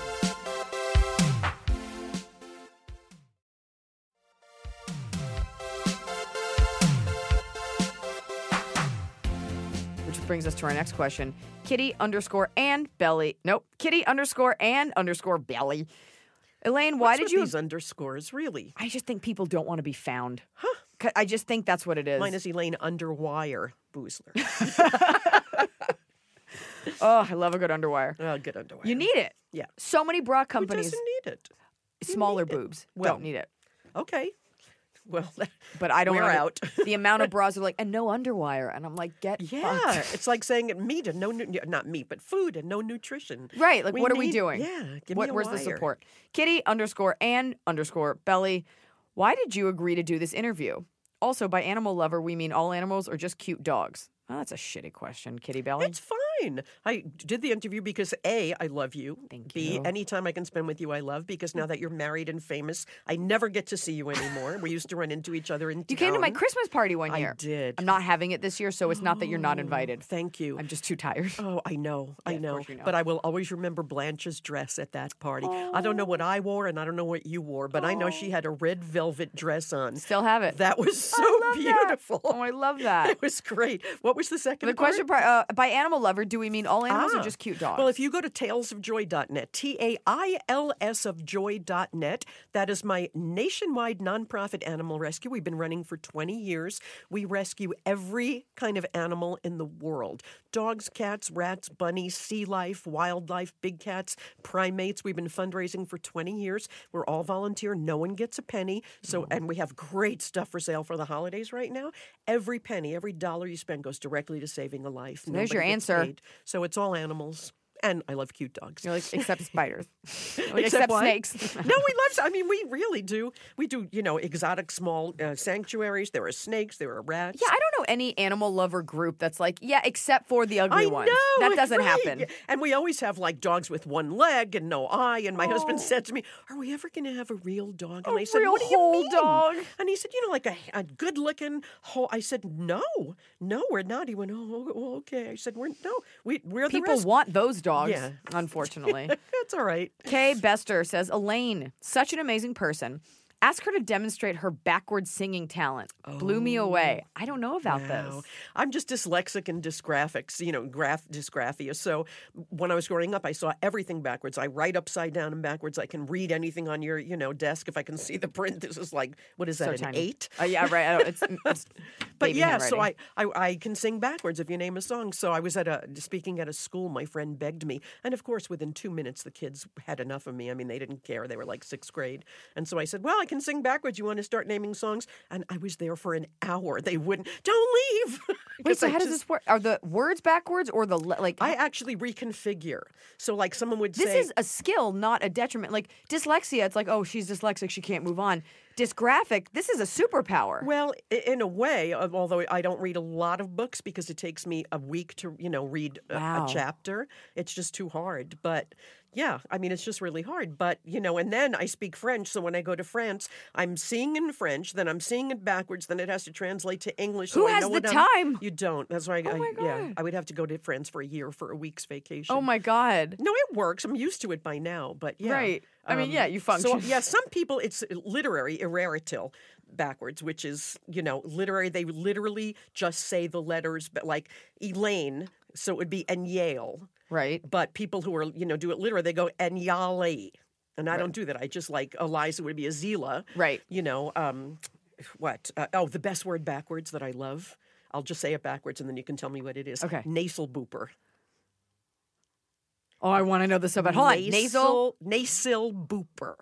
Speaker 3: Which brings us to our next question. Kitty underscore and belly. Nope. Kitty underscore and underscore belly. Elaine, why
Speaker 2: What's with
Speaker 3: did you?
Speaker 2: these uh, underscores really?
Speaker 3: I just think people don't want to be found. Huh. I just think that's what it is.
Speaker 2: Mine is Elaine Underwire Boozler.
Speaker 3: oh, I love a good underwire.
Speaker 2: oh, good underwire.
Speaker 3: You need it.
Speaker 2: Yeah.
Speaker 3: So many bra
Speaker 2: Who
Speaker 3: companies,
Speaker 2: doesn't need it?
Speaker 3: smaller boobs,
Speaker 2: Well,
Speaker 3: don't need it.
Speaker 2: Okay. Well,
Speaker 3: but I don't
Speaker 2: We're
Speaker 3: wanna-
Speaker 2: out.
Speaker 3: the amount of bras are like and no underwire, and I'm like, get
Speaker 2: yeah,
Speaker 3: fucked.
Speaker 2: it's like saying meat and no nu- not meat, but food and no nutrition.
Speaker 3: right. Like, what are we
Speaker 2: need-
Speaker 3: doing?
Speaker 2: Yeah, give
Speaker 3: what,
Speaker 2: me a
Speaker 3: where's the
Speaker 2: wire.
Speaker 3: support? Kitty underscore and underscore belly. Why did you agree to do this interview? Also, by animal lover, we mean all animals or just cute dogs. Well, that's a shitty question, Kitty Belly.
Speaker 2: It's fine. I did the interview because A, I love you.
Speaker 3: Thank
Speaker 2: B,
Speaker 3: you.
Speaker 2: anytime I can spend with you, I love because now that you're married and famous, I never get to see you anymore. we used to run into each other in
Speaker 3: you came to my
Speaker 2: town.
Speaker 3: Christmas party one
Speaker 2: I
Speaker 3: year.
Speaker 2: did. Oh.
Speaker 3: I'm not having it this year, so it's not that you're not invited.
Speaker 2: Thank you.
Speaker 3: I'm just too tired.
Speaker 2: Oh, I know, I
Speaker 3: of
Speaker 2: know.
Speaker 3: course you know.
Speaker 2: But I will always remember Blanche's dress at that party. I don't know what I wore, and I don't know what you wore, but I know she had a red velvet dress on.
Speaker 3: Still have it.
Speaker 2: That was so
Speaker 3: I love that.
Speaker 2: beautiful.
Speaker 3: Oh, I love that.
Speaker 2: It was great. What was the second
Speaker 3: The
Speaker 2: part?
Speaker 3: question pri- uh, by animal lover, do we mean all animals
Speaker 2: Ah.
Speaker 3: or just cute dogs?
Speaker 2: Well, if you go to talesofjoy.net, T A I L S of joy.net, that is my nationwide nonprofit animal rescue. We've been running for 20 years. We rescue every kind of animal in the world dogs, cats, rats, bunnies, sea life, wildlife, big cats, primates. We've been fundraising for 20 years. We're all volunteer. No one gets a penny. So,
Speaker 3: Mm-hmm.
Speaker 2: and we have great stuff for sale for the holidays right now. Every penny, every dollar you spend goes directly to saving a life.
Speaker 3: there's your
Speaker 2: Nobody gets
Speaker 3: answer.
Speaker 2: paid. So it's all animals. And I love cute dogs.
Speaker 3: You're like, except spiders, except,
Speaker 2: what?
Speaker 3: snakes.
Speaker 2: no, we love. I mean, we really do. We do. You know, exotic small uh, sanctuaries. There are snakes. There are rats.
Speaker 3: Yeah, I don't know any animal lover group that's like, yeah, except for the ugly
Speaker 2: I
Speaker 3: ones.
Speaker 2: know
Speaker 3: that doesn't
Speaker 2: right.
Speaker 3: happen.
Speaker 2: And we always have like dogs with one leg and no eye. And my husband said to me, "Are we ever going to have a real dog?" And
Speaker 3: Oh. A
Speaker 2: I said,
Speaker 3: real
Speaker 2: "What do you
Speaker 3: whole
Speaker 2: mean?"
Speaker 3: dog?
Speaker 2: And he said, "You know, like a, a good-looking whole." I said, "No, no, we're not." He went, "Oh, oh, okay." I said, "We're no, we we're the
Speaker 3: People
Speaker 2: rest."
Speaker 3: want those dogs,
Speaker 2: Yeah.
Speaker 3: unfortunately.
Speaker 2: That's all right.
Speaker 3: Kay Bester says, Elaine, such an amazing person. Ask her to demonstrate her backward singing talent. Blew me away. I don't know about
Speaker 2: Oh, Wow.
Speaker 3: this.
Speaker 2: I'm just dyslexic and dysgraphics, you know, graph dysgraphia. So when I was growing up, I saw everything backwards. I write upside down and backwards. I can read anything on your, you know, desk if I can see the print. This is like what is that?
Speaker 3: So
Speaker 2: an
Speaker 3: tiny.
Speaker 2: eight?
Speaker 3: Uh, yeah, right. I don't, it's, it's
Speaker 2: But
Speaker 3: baby
Speaker 2: yeah, so
Speaker 3: handwriting.
Speaker 2: I, I I can sing backwards if you name a song. So I was at a speaking at a school. My friend begged me, and of course, within two minutes, the kids had enough of me. I mean, they didn't care. They were like sixth grade, and so I said, "Well, I can sing backwards. You want to start naming songs?" And I was there for an hour. They wouldn't. Don't leave.
Speaker 3: Wait,
Speaker 2: 'Cause
Speaker 3: so
Speaker 2: I
Speaker 3: how does
Speaker 2: just-
Speaker 3: this work? Are the words backwards or the, le- like,
Speaker 2: I actually reconfigure. So like someone would
Speaker 3: This
Speaker 2: say,
Speaker 3: is a skill, not a detriment. Like dyslexia, it's like, oh, she's dyslexic, she can't move on. Dysgraphic, this is a superpower.
Speaker 2: well, i- in a way, of- although I don't read a lot of books because it takes me a week to, you know, read a,
Speaker 3: Wow.
Speaker 2: a chapter. It's just too hard. But yeah, I mean, it's just really hard. But, you know, and then I speak French. So when I go to France, I'm seeing in French, then I'm seeing it backwards, then it has to translate to English. so
Speaker 3: Who
Speaker 2: I
Speaker 3: has
Speaker 2: know
Speaker 3: the
Speaker 2: what I'm-
Speaker 3: time? Oh
Speaker 2: You don't. That's why I, I-
Speaker 3: my
Speaker 2: yeah,
Speaker 3: God.
Speaker 2: I would have to go to France for a year for a week's vacation.
Speaker 3: oh my God.
Speaker 2: No, it works. I'm used to it by now, but yeah. um,
Speaker 3: Right. I mean, yeah, you function.
Speaker 2: So, yeah, some people, it's literary, erraritil backwards, which is, you know, literary. They literally just say the letters, but like Elaine, so it would be and Yale.
Speaker 3: Right.
Speaker 2: But people who are, you know, do it literally, they go and Yale. And I don't do that. I just like Eliza would be Azila.
Speaker 3: Right.
Speaker 2: You know, um, what? Uh, oh, the best word backwards that I love. I'll just say it backwards and then you can tell me what it is.
Speaker 3: Okay.
Speaker 2: Nasal booper.
Speaker 3: Oh, I want to know this so bad. Hold on. Nasal.
Speaker 2: nasal booper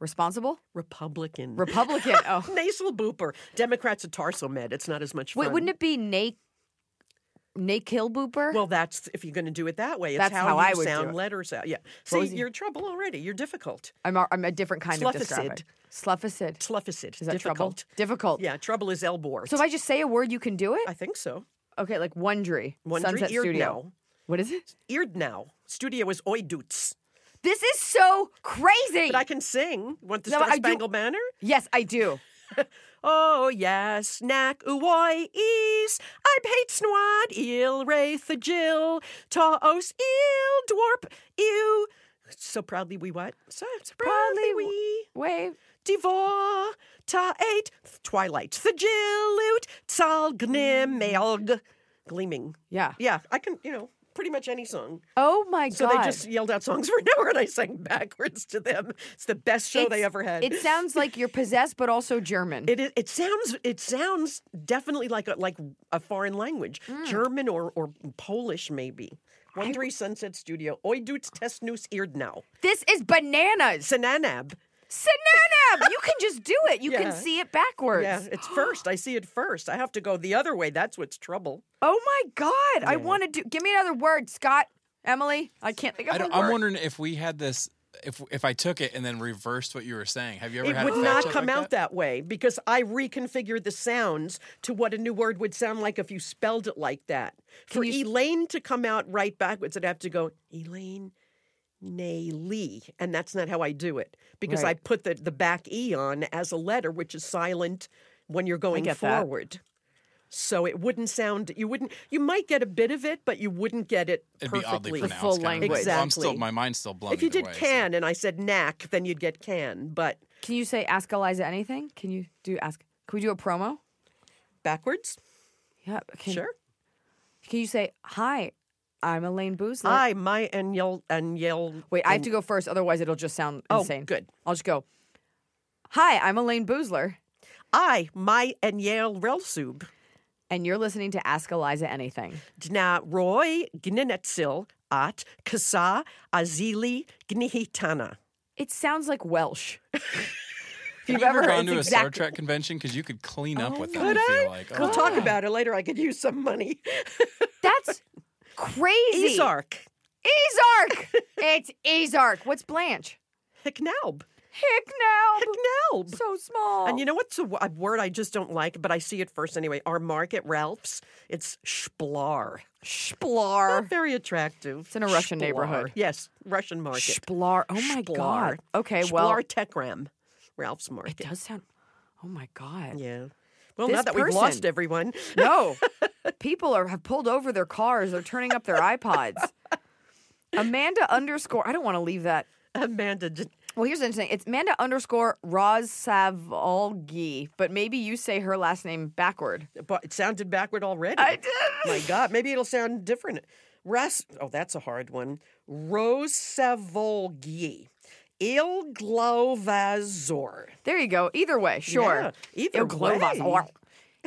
Speaker 3: Responsible?
Speaker 2: republican
Speaker 3: Republican. Oh.
Speaker 2: nasal booper democrats a tarso med it's not as much fun
Speaker 3: Wait, wouldn't it be Nate? Nate Killbooper?
Speaker 2: well that's if you're going to do it that way it's
Speaker 3: That's
Speaker 2: how,
Speaker 3: how
Speaker 2: you
Speaker 3: I would do
Speaker 2: sound
Speaker 3: it.
Speaker 2: letters out yeah
Speaker 3: was
Speaker 2: see
Speaker 3: he-
Speaker 2: you're in trouble already you're difficult
Speaker 3: I'm, a, I'm a different kind of dysgraphic.
Speaker 2: Slufficid.
Speaker 3: Slufficid.
Speaker 2: Slufficid.
Speaker 3: Is that trouble?
Speaker 2: difficult
Speaker 3: Difficult.
Speaker 2: yeah trouble is elbow
Speaker 3: So if I just say a word, you can do it?
Speaker 2: I think so
Speaker 3: Okay, like Wondry.
Speaker 2: Wondry,
Speaker 3: Sunset
Speaker 2: Eared
Speaker 3: Studio.
Speaker 2: Now.
Speaker 3: What is it?
Speaker 2: eared now studio is oidutz
Speaker 3: This is so crazy.
Speaker 2: but i can sing want the
Speaker 3: No, I
Speaker 2: star
Speaker 3: do-
Speaker 2: spangled banner
Speaker 3: yes, I do.
Speaker 2: Oh, yes, snack uoi ees. I hate snwad eel wraith the jill. Taos eel dwarp ew. So proudly we what? So, so proudly
Speaker 3: Proudly
Speaker 2: we
Speaker 3: Wave.
Speaker 2: devour ta eight twilight the jillut tal gnim melg gleaming.
Speaker 3: Yeah.
Speaker 2: Yeah, I can you know pretty much any song.
Speaker 3: Oh my
Speaker 2: So
Speaker 3: god!
Speaker 2: they just yelled out songs for an hour and I sang backwards to them. It's the best show they
Speaker 3: It's-
Speaker 2: ever had.
Speaker 3: It sounds like you're possessed, but also German.
Speaker 2: It, it it sounds it sounds definitely like a like a foreign language, German or or Polish maybe. One three Sunset Studio. Oidut testnus irdnau.
Speaker 3: this is bananas.
Speaker 2: Sananab.
Speaker 3: Synonyms. you can just do it. You
Speaker 2: Yeah.
Speaker 3: can see it backwards.
Speaker 2: Yeah, it's first. I see it first. I have to go the other way. That's what's trouble.
Speaker 3: Oh my god! I want to do. Give me another word, Scott. Emily, I can't think of
Speaker 4: I
Speaker 3: a word.
Speaker 4: don't, I'm wondering if we had this, if if I took it and then reversed what you were saying. Have you ever
Speaker 2: it
Speaker 4: had a
Speaker 2: would
Speaker 4: fact
Speaker 2: not
Speaker 4: check
Speaker 2: come
Speaker 4: like
Speaker 2: out that? way because I reconfigured the sounds to what a new word would sound like if you spelled it like that. For
Speaker 3: you s-
Speaker 2: Elaine to come out right backwards, I'd have to go Elaine Naylee, and that's not how I do it because I
Speaker 3: Right.
Speaker 2: put the the back e on as a letter, which is silent when you're going
Speaker 3: get that.
Speaker 2: forward. So it wouldn't sound. You wouldn't. You might get a bit of it, but you wouldn't get it
Speaker 4: It'd be oddly
Speaker 2: perfectly.
Speaker 4: pronounced.
Speaker 3: full
Speaker 4: kind of thing.
Speaker 2: language.
Speaker 4: So I'm still,
Speaker 2: Exactly.
Speaker 4: my mind's still blown.
Speaker 2: if you
Speaker 4: either
Speaker 2: did
Speaker 4: way, so-
Speaker 2: can and I said knack, then you'd get can, but
Speaker 3: Can you say ask Eliza anything? Can you do ask? Can we do a promo?
Speaker 2: backwards,
Speaker 3: Yeah. Can,
Speaker 2: sure.
Speaker 3: Can you say hi? I'm Elaine Boozler.
Speaker 2: I, my, and yell, and yell.
Speaker 3: Wait, I have to go first, otherwise it'll just sound
Speaker 2: Oh,
Speaker 3: insane.
Speaker 2: good.
Speaker 3: Hi, I'm Elaine Boozler,
Speaker 2: I, my, and yell Relsub.
Speaker 3: and you're listening to Ask Eliza Anything.
Speaker 2: Dna Roy Gninetsil at Kasa Azili Gnihitana.
Speaker 3: It sounds like Welsh. if
Speaker 4: Have
Speaker 3: you've
Speaker 4: you ever
Speaker 3: heard-
Speaker 4: gone
Speaker 3: it's
Speaker 4: to a Star
Speaker 3: exactly-
Speaker 4: Trek convention? Because you could clean up
Speaker 3: Oh
Speaker 4: with
Speaker 3: my
Speaker 4: that. I feel like
Speaker 2: We'll
Speaker 4: Oh,
Speaker 2: talk
Speaker 3: Ah.
Speaker 4: yeah.
Speaker 2: about it later. I could use some money.
Speaker 3: That's crazy.
Speaker 2: Izark.
Speaker 3: Ezark. it's Ezark. What's Blanche?
Speaker 2: Hicknaub.
Speaker 3: Hick now.
Speaker 2: Hicknaub.
Speaker 3: So small.
Speaker 2: And you know what's a, w- a word I just don't like, but I see it first anyway. Our market, Ralph's, it's Splar.
Speaker 3: Splar.
Speaker 2: Not very attractive.
Speaker 3: Ah. It's in a Russian
Speaker 2: Shplar.
Speaker 3: neighborhood.
Speaker 2: Yes, Russian market.
Speaker 3: Splar. Oh my
Speaker 2: Shplar.
Speaker 3: god. Okay, well,
Speaker 2: Shplar Tekram, Ralph's
Speaker 3: it
Speaker 2: market.
Speaker 3: does sound. Oh my god.
Speaker 2: Yeah. Well, now
Speaker 3: This
Speaker 2: that we've lost
Speaker 3: person-
Speaker 2: everyone,
Speaker 3: No. People are have pulled over their cars. They're turning up their iPods. Amanda underscore. I don't want to leave that.
Speaker 2: Amanda, did,
Speaker 3: Well, here's the interesting. It's Amanda underscore Rosavalgi, but maybe you say her last name backward.
Speaker 2: but it sounded backward already.
Speaker 3: did.
Speaker 2: My God, maybe it'll sound different. Ras. Oh, that's a hard one. Rosavolgi. Ilglovazor.
Speaker 3: There you go. Either way,
Speaker 2: Yeah,
Speaker 3: sure.
Speaker 2: either
Speaker 3: It'll glow
Speaker 2: way.
Speaker 3: us.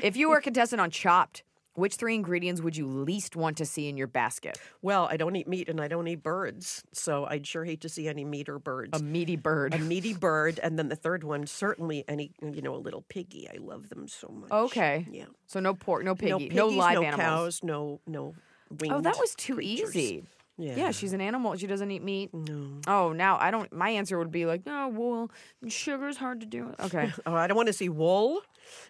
Speaker 3: If you were a contestant on Chopped, which three ingredients would you least want to see in your basket?
Speaker 2: Well, I don't eat meat and I don't eat birds, so I'd sure hate to see any meat or birds.
Speaker 3: A meaty bird.
Speaker 2: a meaty bird, and then the third one certainly any you know a little piggy. I love them so much.
Speaker 3: Okay.
Speaker 2: Yeah.
Speaker 3: So no pork, no piggy,
Speaker 2: no
Speaker 3: no,
Speaker 2: piggies,
Speaker 3: live
Speaker 2: no
Speaker 3: animals.
Speaker 2: cows, no no winged.
Speaker 3: Oh, that was too
Speaker 2: creatures.
Speaker 3: easy.
Speaker 2: Yeah.
Speaker 3: Yeah, she's an animal. She doesn't eat meat.
Speaker 2: No.
Speaker 3: Oh, now I don't. My answer would be like, no, well, sugar's hard to do. Okay,
Speaker 2: Oh, I don't want to see wool.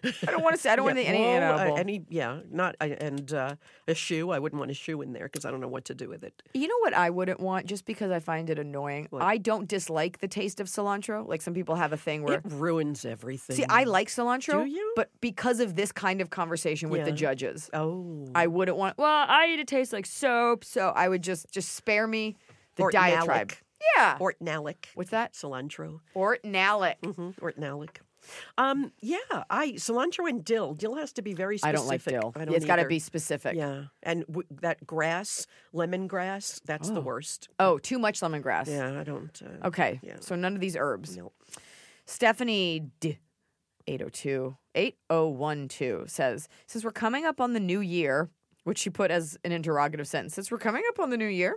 Speaker 3: I don't want to say. I don't want to
Speaker 2: Yeah,
Speaker 3: eat any
Speaker 2: wool, uh,
Speaker 3: animal.
Speaker 2: any yeah, not I, and uh, a shoe. I wouldn't want a shoe in there because I don't know what to do with it.
Speaker 3: You know what I wouldn't want, just because I find it annoying. I don't dislike the taste of cilantro. Like some people have a thing where.
Speaker 2: It ruins everything.
Speaker 3: See, I like cilantro,
Speaker 2: Do you?
Speaker 3: but because of this kind of conversation with the
Speaker 2: Yeah.
Speaker 3: judges,
Speaker 2: oh
Speaker 3: I wouldn't want. Well, I eat it tastes like soap, so I would just just spare me the
Speaker 2: Or
Speaker 3: diatribe.
Speaker 2: nalic.
Speaker 3: Yeah.
Speaker 2: ortnalic
Speaker 3: What's that? Mm-hmm.
Speaker 2: cilantro.
Speaker 3: Or nalic.
Speaker 2: hmm Ortnalic. Um, yeah, I cilantro and dill. Dill has to be very
Speaker 3: I
Speaker 2: specific.
Speaker 3: don't like dill.
Speaker 2: I
Speaker 3: Yeah,
Speaker 2: don't
Speaker 3: it's got to
Speaker 2: either.
Speaker 3: be specific.
Speaker 2: Yeah, and w- that grass, lemongrass, that's the worst.
Speaker 3: Oh, too much lemongrass.
Speaker 2: Yeah, I don't. Uh,
Speaker 3: Okay.
Speaker 2: Yeah.
Speaker 3: So none of these herbs.
Speaker 2: Nope.
Speaker 3: Stephanie D. 802 8012 says, since we're coming up on the new year, which she put as an interrogative sentence, since we're coming up on the new year,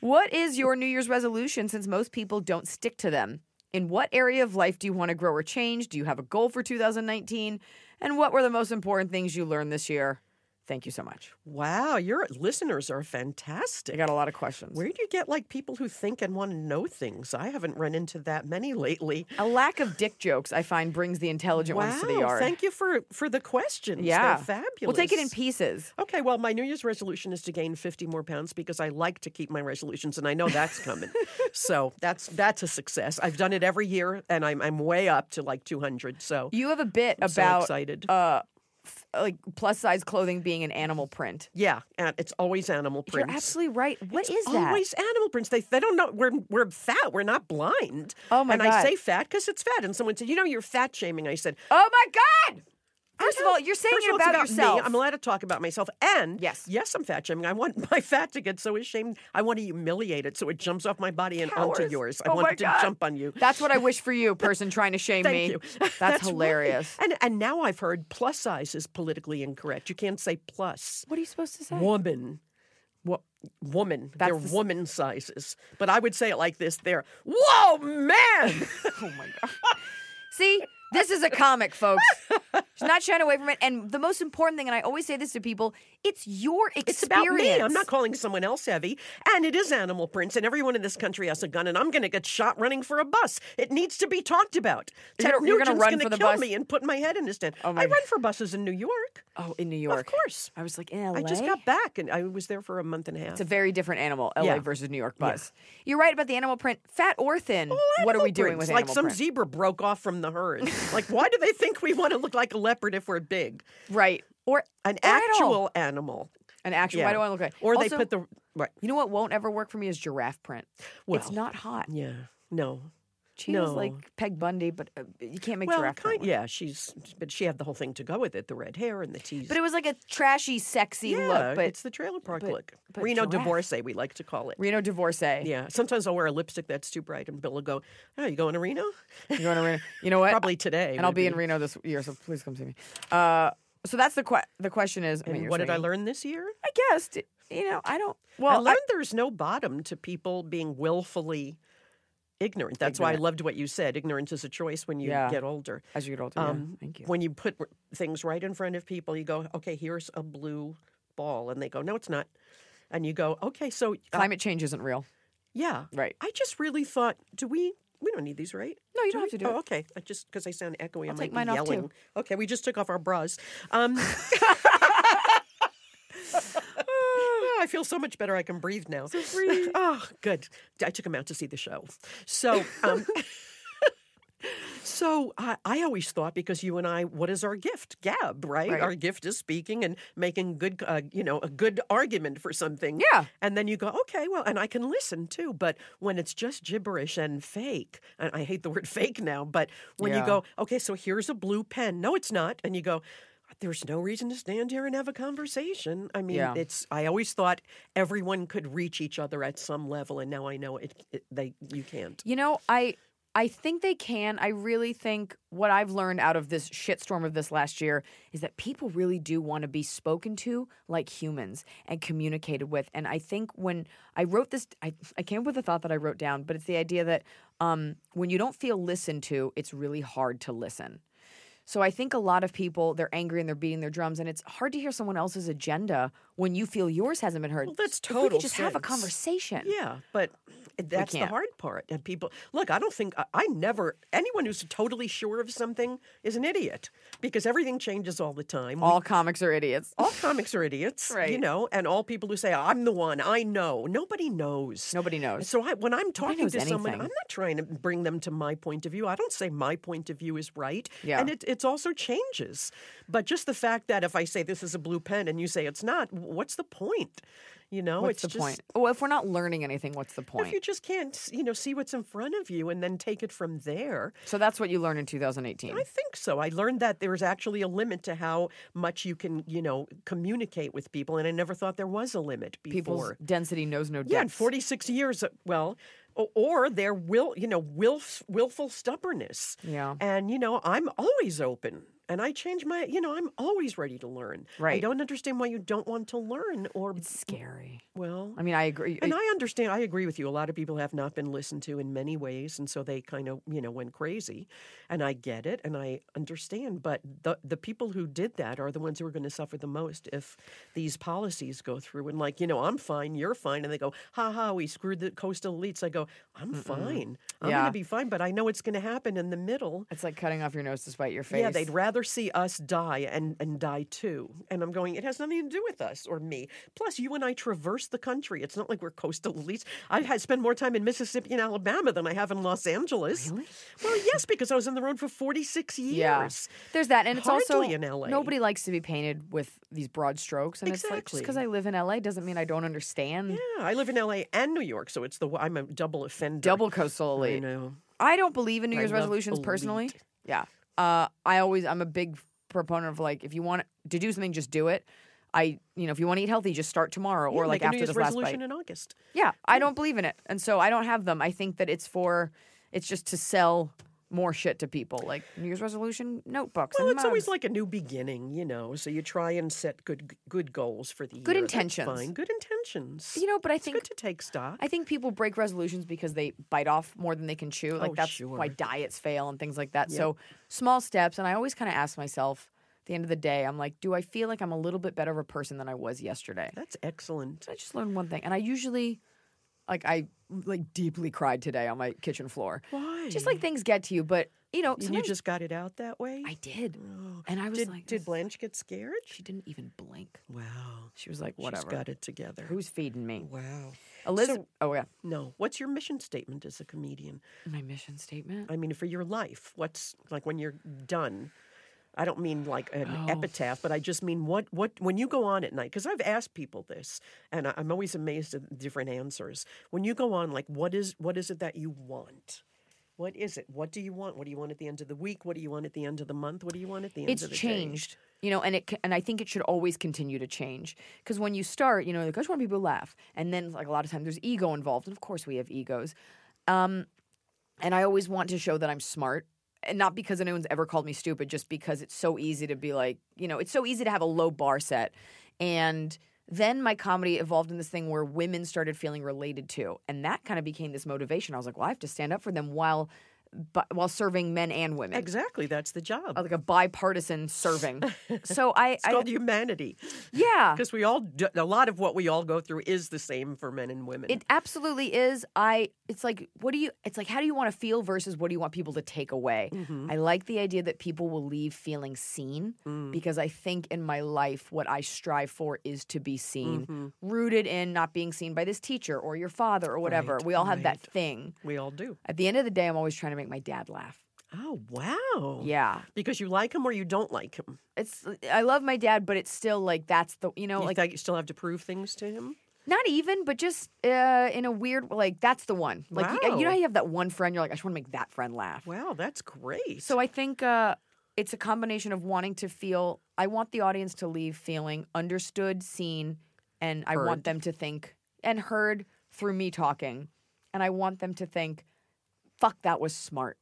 Speaker 3: what is your New Year's resolution since most people don't stick to them? In what area of life do you want to grow or change? Do you have a goal for 2019? And what were the most important things you learned this year? Thank you so much.
Speaker 2: Wow, your listeners are
Speaker 3: I
Speaker 2: fantastic.
Speaker 3: got a lot of questions.
Speaker 2: Where do you get like people who think and want to know things? I haven't run into that many lately.
Speaker 3: A lack of dick jokes, I find, brings the intelligent ones to the
Speaker 2: Wow,
Speaker 3: yard.
Speaker 2: thank you for for the questions.
Speaker 3: Yeah.
Speaker 2: They're fabulous.
Speaker 3: We'll take it in pieces.
Speaker 2: Okay, well, my New Year's resolution is to gain 50 more pounds because I like to keep my resolutions, and I know that's coming. so that's that's a success. I've done it every year, and I'm I'm way up to like 200. So
Speaker 3: You have a bit
Speaker 2: I'm so
Speaker 3: about
Speaker 2: excited.
Speaker 3: uh f- like plus size clothing being an animal print.
Speaker 2: yeah, and it's always animal prints.
Speaker 3: You're absolutely right. What is that?
Speaker 2: Always animal prints. They they don't know we're we're fat. We're not blind.
Speaker 3: Oh, my
Speaker 2: and
Speaker 3: God.
Speaker 2: I say fat because it's fat. And someone said, you know, you're fat shaming. I said,
Speaker 3: oh my god! First of all, you're saying
Speaker 2: First
Speaker 3: it
Speaker 2: of all, it's
Speaker 3: about,
Speaker 2: about
Speaker 3: yourself.
Speaker 2: Me. I'm allowed to talk about myself. And
Speaker 3: Yes.
Speaker 2: yes, I'm fat shaming. I want my fat to get so ashamed. I want to humiliate it so it jumps off my body and onto
Speaker 3: Cowards.
Speaker 2: yours.
Speaker 3: Oh
Speaker 2: I want
Speaker 3: my
Speaker 2: it to
Speaker 3: God.
Speaker 2: jump on you.
Speaker 3: That's what I wish for you, person trying to shame
Speaker 2: Thank
Speaker 3: me.
Speaker 2: you.
Speaker 3: That's,
Speaker 2: right.
Speaker 3: hilarious.
Speaker 2: And and now I've heard plus size is politically incorrect. You can't say plus
Speaker 3: What are you supposed to say?
Speaker 2: woman. Wo- woman.
Speaker 3: That's
Speaker 2: they're
Speaker 3: the s-
Speaker 2: woman sizes. But I would say it like this. They're whoa man.
Speaker 3: Oh my god. See, this is a comic, folks. She's not shying away from it. And the most important thing, and I always say this to people, it's your experience.
Speaker 2: It's about me. I'm not calling someone else heavy. And it is animal prints, and everyone in this country has a gun, and I'm going to get shot running for a bus. It needs to be talked about.
Speaker 3: You're
Speaker 2: Ted
Speaker 3: gonna- you're gonna
Speaker 2: Nugent's
Speaker 3: run
Speaker 2: gonna
Speaker 3: for the
Speaker 2: kill
Speaker 3: bus? Oh
Speaker 2: me and put my head in his tent.
Speaker 3: my
Speaker 2: I
Speaker 3: God.
Speaker 2: run for buses in New York.
Speaker 3: Oh, in New York.
Speaker 2: Of course.
Speaker 3: I was like, in LA.
Speaker 2: I just got back, and I was there for a month and a half.
Speaker 3: It's a very different animal, LA
Speaker 2: Yeah.
Speaker 3: versus New York buzz. You're right about the animal print, fat or thin.
Speaker 2: Well,
Speaker 3: what are
Speaker 2: animal
Speaker 3: we doing
Speaker 2: prints,
Speaker 3: with
Speaker 2: like
Speaker 3: animal
Speaker 2: some
Speaker 3: print?
Speaker 2: zebra broke off from the herd? like, why do they think we want to look like a leopard if we're big?
Speaker 3: right. Or
Speaker 2: An
Speaker 3: or at all.
Speaker 2: actual animal.
Speaker 3: An actual.
Speaker 2: Yeah.
Speaker 3: Why do I look like?
Speaker 2: Or they
Speaker 3: Also,
Speaker 2: put the right.
Speaker 3: You know what won't ever work for me is giraffe print. it's
Speaker 2: Well,
Speaker 3: not hot.
Speaker 2: Yeah. No.
Speaker 3: She was
Speaker 2: No.
Speaker 3: like Peg Bundy, but uh, you can't make
Speaker 2: well,
Speaker 3: giraffe. that
Speaker 2: kind,
Speaker 3: way.
Speaker 2: yeah, she's but she had the whole thing to go with it, the red hair and the teeth.
Speaker 3: But it was like a trashy, sexy
Speaker 2: yeah,
Speaker 3: look. But
Speaker 2: it's the trailer park
Speaker 3: but-
Speaker 2: look.
Speaker 3: but
Speaker 2: Reno
Speaker 3: giraffe.
Speaker 2: divorcee, we like to call it.
Speaker 3: Reno divorcee.
Speaker 2: Yeah, sometimes I'll wear a lipstick that's too bright, and Bill will go, "Oh, you going to Reno?"
Speaker 3: You're going to Reno. You know what?
Speaker 2: Probably today.
Speaker 3: And I'll
Speaker 2: would
Speaker 3: be in Reno this year, so please come see me. Uh, so that's the que- the question is. I mean,
Speaker 2: And
Speaker 3: you're
Speaker 2: what did I
Speaker 3: saying-
Speaker 2: learn this year?
Speaker 3: I guess d- you know I don't.
Speaker 2: I
Speaker 3: Well,
Speaker 2: learned there's no bottom to people being willfully ignorant. That's why I
Speaker 3: Ignorant.
Speaker 2: loved what you said. Ignorance is a choice when you
Speaker 3: Yeah.
Speaker 2: get older.
Speaker 3: as you get older, yeah. thank you.
Speaker 2: Um, When you put r- things right in front of people, you go, okay, here's a blue ball. And they go, no, it's not. And you go, okay, so uh,
Speaker 3: Climate change isn't real,
Speaker 2: yeah.
Speaker 3: right?
Speaker 2: I just really thought, do we? We don't need these, right?
Speaker 3: No, you don't have
Speaker 2: we?
Speaker 3: to do
Speaker 2: Oh,
Speaker 3: it.
Speaker 2: okay. I just because I sound echoey, I might
Speaker 3: take
Speaker 2: be
Speaker 3: mine off, too.
Speaker 2: yelling. Okay, we just took off our bras. Um, Oh, I feel so much better. I can breathe now. oh, good. I took him out to see the show. So, um, so I, I always thought because you and I, what is our gift? Gab, right?
Speaker 3: Right.
Speaker 2: Our gift is speaking and making good, uh, you know, a good argument for something.
Speaker 3: Yeah.
Speaker 2: And then you go, okay, well, and I can listen too. But when it's just gibberish and fake, and I hate the word fake now, but when you
Speaker 3: Yeah.
Speaker 2: go, okay, so here's a blue pen. No, it's not. And you go, there's no reason to stand here and have a conversation. I mean,
Speaker 3: Yeah.
Speaker 2: it's. I always thought everyone could reach each other at some level, and now I know it. it they you can't.
Speaker 3: You know, I I think they can. I really think what I've learned out of this shitstorm of this last year is that people really do want to be spoken to like humans and communicated with. And I think when I wrote this, I, I came up with a thought that I wrote down, but it's the idea that um, when you don't feel listened to, it's really hard to listen. So I think a lot of people they're angry and they're beating their drums, and it's hard to hear someone else's agenda when you feel yours hasn't been heard.
Speaker 2: Well, that's
Speaker 3: If we could
Speaker 2: total
Speaker 3: just have a
Speaker 2: sense.
Speaker 3: conversation.
Speaker 2: Yeah, but that's the
Speaker 3: can't.
Speaker 2: hard part. And people look. I don't think I, I never anyone who's totally sure of something is an idiot because everything changes all the time. We
Speaker 3: All comics are idiots.
Speaker 2: all comics are idiots, you
Speaker 3: Right.
Speaker 2: know, and all people who say I'm the one, I know. Nobody knows.
Speaker 3: Nobody knows.
Speaker 2: So I, when I'm talking
Speaker 3: knows
Speaker 2: to someone, I'm
Speaker 3: anything.
Speaker 2: not trying to bring them to my point of view. I don't say my point of view is right,
Speaker 3: Yeah.
Speaker 2: and it it's also changes. But just the fact that if I say this is a blue pen and you say it's not, w- what's the point? You know,
Speaker 3: What's
Speaker 2: it's
Speaker 3: the
Speaker 2: just,
Speaker 3: point? Well, if we're not learning anything, what's the
Speaker 2: If you
Speaker 3: point?
Speaker 2: just can't, s- you know, see what's in front of you and then take it from there.
Speaker 3: So that's what you learned in 2018.
Speaker 2: I think so. I learned that there is actually a limit to how much you can, you know, communicate with people, and I never thought there was a limit before.
Speaker 3: People's density knows no depth.
Speaker 2: Yeah, in 46 years, uh, well, o- or their will, you know, wilf, willful stubbornness.
Speaker 3: Yeah.
Speaker 2: And, you know, I'm always open and I change my, you know, I'm always ready to learn. I
Speaker 3: Right.
Speaker 2: don't understand why you don't want to learn or,
Speaker 3: It's scary.
Speaker 2: well.
Speaker 3: I mean, I agree.
Speaker 2: and I understand, I agree with you. A lot of people have not been listened to in many ways. And so they kind of, you know, went crazy. And I get it and I understand. But the, the people who did that are the ones who are going to suffer the most if these policies go through. And like, you know, I'm fine, you're fine. And they go, ha ha, we screwed the coastal elites. I go, I'm fine. I'm going
Speaker 3: Yeah.
Speaker 2: to be fine. But I know it's going to happen in the middle.
Speaker 3: it's like cutting off your nose to spite your face.
Speaker 2: Yeah, they'd rather see us die and, and die too. And I'm going, it has nothing to do with us or me. Plus, you and I traverse the country. It's not like we're coastal elites. I had spend more time in Mississippi and Alabama than I have in Los Angeles. Really? Well, yes, because I was on the road for 46 years.
Speaker 3: Yeah. There's that, and it's also
Speaker 2: Hardly in LA.
Speaker 3: nobody likes to be painted with these broad strokes, and it's like just because
Speaker 2: Exactly.
Speaker 3: I live in LA doesn't mean I don't understand.
Speaker 2: Yeah, I live in LA and New York, so it's the I'm a double offender.
Speaker 3: Double coastal
Speaker 2: I
Speaker 3: elite.
Speaker 2: know.
Speaker 3: I don't believe in New
Speaker 2: I
Speaker 3: Year's
Speaker 2: love
Speaker 3: resolutions
Speaker 2: elite.
Speaker 3: personally. Yeah. Uh, I always I'm a big proponent of like if you want to do something, just do it. I you know if you want to eat healthy, just start tomorrow or
Speaker 2: Yeah,
Speaker 3: like
Speaker 2: make a New
Speaker 3: after
Speaker 2: Year's
Speaker 3: this last bite.
Speaker 2: resolution in August.
Speaker 3: Yeah, I don't believe in it, and so I don't have them. I think that it's for it's just to sell more shit to people, like New Year's resolution notebooks.
Speaker 2: Well,
Speaker 3: and
Speaker 2: it's always
Speaker 3: mugs.
Speaker 2: like a new beginning, you know. So you try and set good good goals for the
Speaker 3: Good
Speaker 2: year. That's
Speaker 3: intentions.
Speaker 2: Fine, good intentions.
Speaker 3: you know, but I
Speaker 2: it's
Speaker 3: think
Speaker 2: good to take stock.
Speaker 3: I think people break resolutions because they bite off more than they can chew. Like
Speaker 2: Oh,
Speaker 3: that's
Speaker 2: sure.
Speaker 3: why diets fail and things like that. So small steps. And I always kind of ask myself at the end of the day, I'm like, do I feel like I'm a little bit better of a person than I was yesterday?
Speaker 2: That's excellent.
Speaker 3: I just learned one thing, and I usually, like, I like deeply cried today on my kitchen floor.
Speaker 2: Why?
Speaker 3: Just like things get to you, but you know,
Speaker 2: And you
Speaker 3: sometimes
Speaker 2: just got it out that way?
Speaker 3: I did, and I was
Speaker 2: did
Speaker 3: like,
Speaker 2: did
Speaker 3: "This-
Speaker 2: Blanche get scared?
Speaker 3: She didn't even blink.
Speaker 2: Wow.
Speaker 3: She was like,
Speaker 2: She's
Speaker 3: whatever.
Speaker 2: got it together.
Speaker 3: Who's feeding me?
Speaker 2: Wow.
Speaker 3: Elizabeth. oh yeah,
Speaker 2: No. What's your mission statement as a comedian?
Speaker 3: my mission statement.
Speaker 2: I mean, for your life, what's like when you're done? I don't mean like an
Speaker 3: Oh.
Speaker 2: epitaph, but I just mean what what when you go on at night. Because I've asked people this, and I, I'm always amazed at the different answers. When you go on, like what is what is it that you want? What is it? What do you want? What do you want at the end of the week? What do you want at the end of the month? What do you want at the end
Speaker 3: it's
Speaker 2: of the day?
Speaker 3: changed you know and it c- and i think it should always continue to change because when you start you know like i just want people to laugh and then like a lot of times there's ego involved and of course we have egos um and i always want to show that i'm smart and not because anyone's ever called me stupid just because it's so easy to be like you know it's so easy to have a low bar set and then my comedy evolved in this thing where women started feeling related to and that kind of became this motivation i was like well i have to stand up for them while but while serving men and women
Speaker 2: Exactly. That's the job.
Speaker 3: uh, like a bipartisan serving. so I,
Speaker 2: it's
Speaker 3: I
Speaker 2: called humanity.
Speaker 3: yeah,
Speaker 2: Because we all, do, a lot of what we all go through is the same for men and women.
Speaker 3: it absolutely is. I it's like what do you? It's like how do you want to feel versus what do you want people to take away?
Speaker 2: Mm-hmm.
Speaker 3: I like the idea that people will leave feeling seen
Speaker 2: Mm.
Speaker 3: because I think in my life what I strive for is to be seen,
Speaker 2: Mm-hmm.
Speaker 3: rooted in not being seen by this teacher or your father or whatever.
Speaker 2: Right,
Speaker 3: we all have that
Speaker 2: right.
Speaker 3: thing.
Speaker 2: we all do.
Speaker 3: At the end of the day, I'm always trying to make my dad laugh.
Speaker 2: Oh, wow.
Speaker 3: Yeah,
Speaker 2: Because you like him or you don't like him.
Speaker 3: it's I love my dad, but it's still like that's the you know
Speaker 2: You
Speaker 3: like
Speaker 2: think you still have to prove things to him?
Speaker 3: Not even, but just uh, in a weird like that's the one. Like you- you, know
Speaker 2: Wow.
Speaker 3: how you have that one friend, you're like, I just want to make that friend laugh.
Speaker 2: Wow, that's great.
Speaker 3: So I think uh, it's a combination of wanting to feel. I want the audience to leave feeling understood, seen, and I want
Speaker 2: Heard.
Speaker 3: them to think and heard through me talking, and I want them to think, "Fuck, that was smart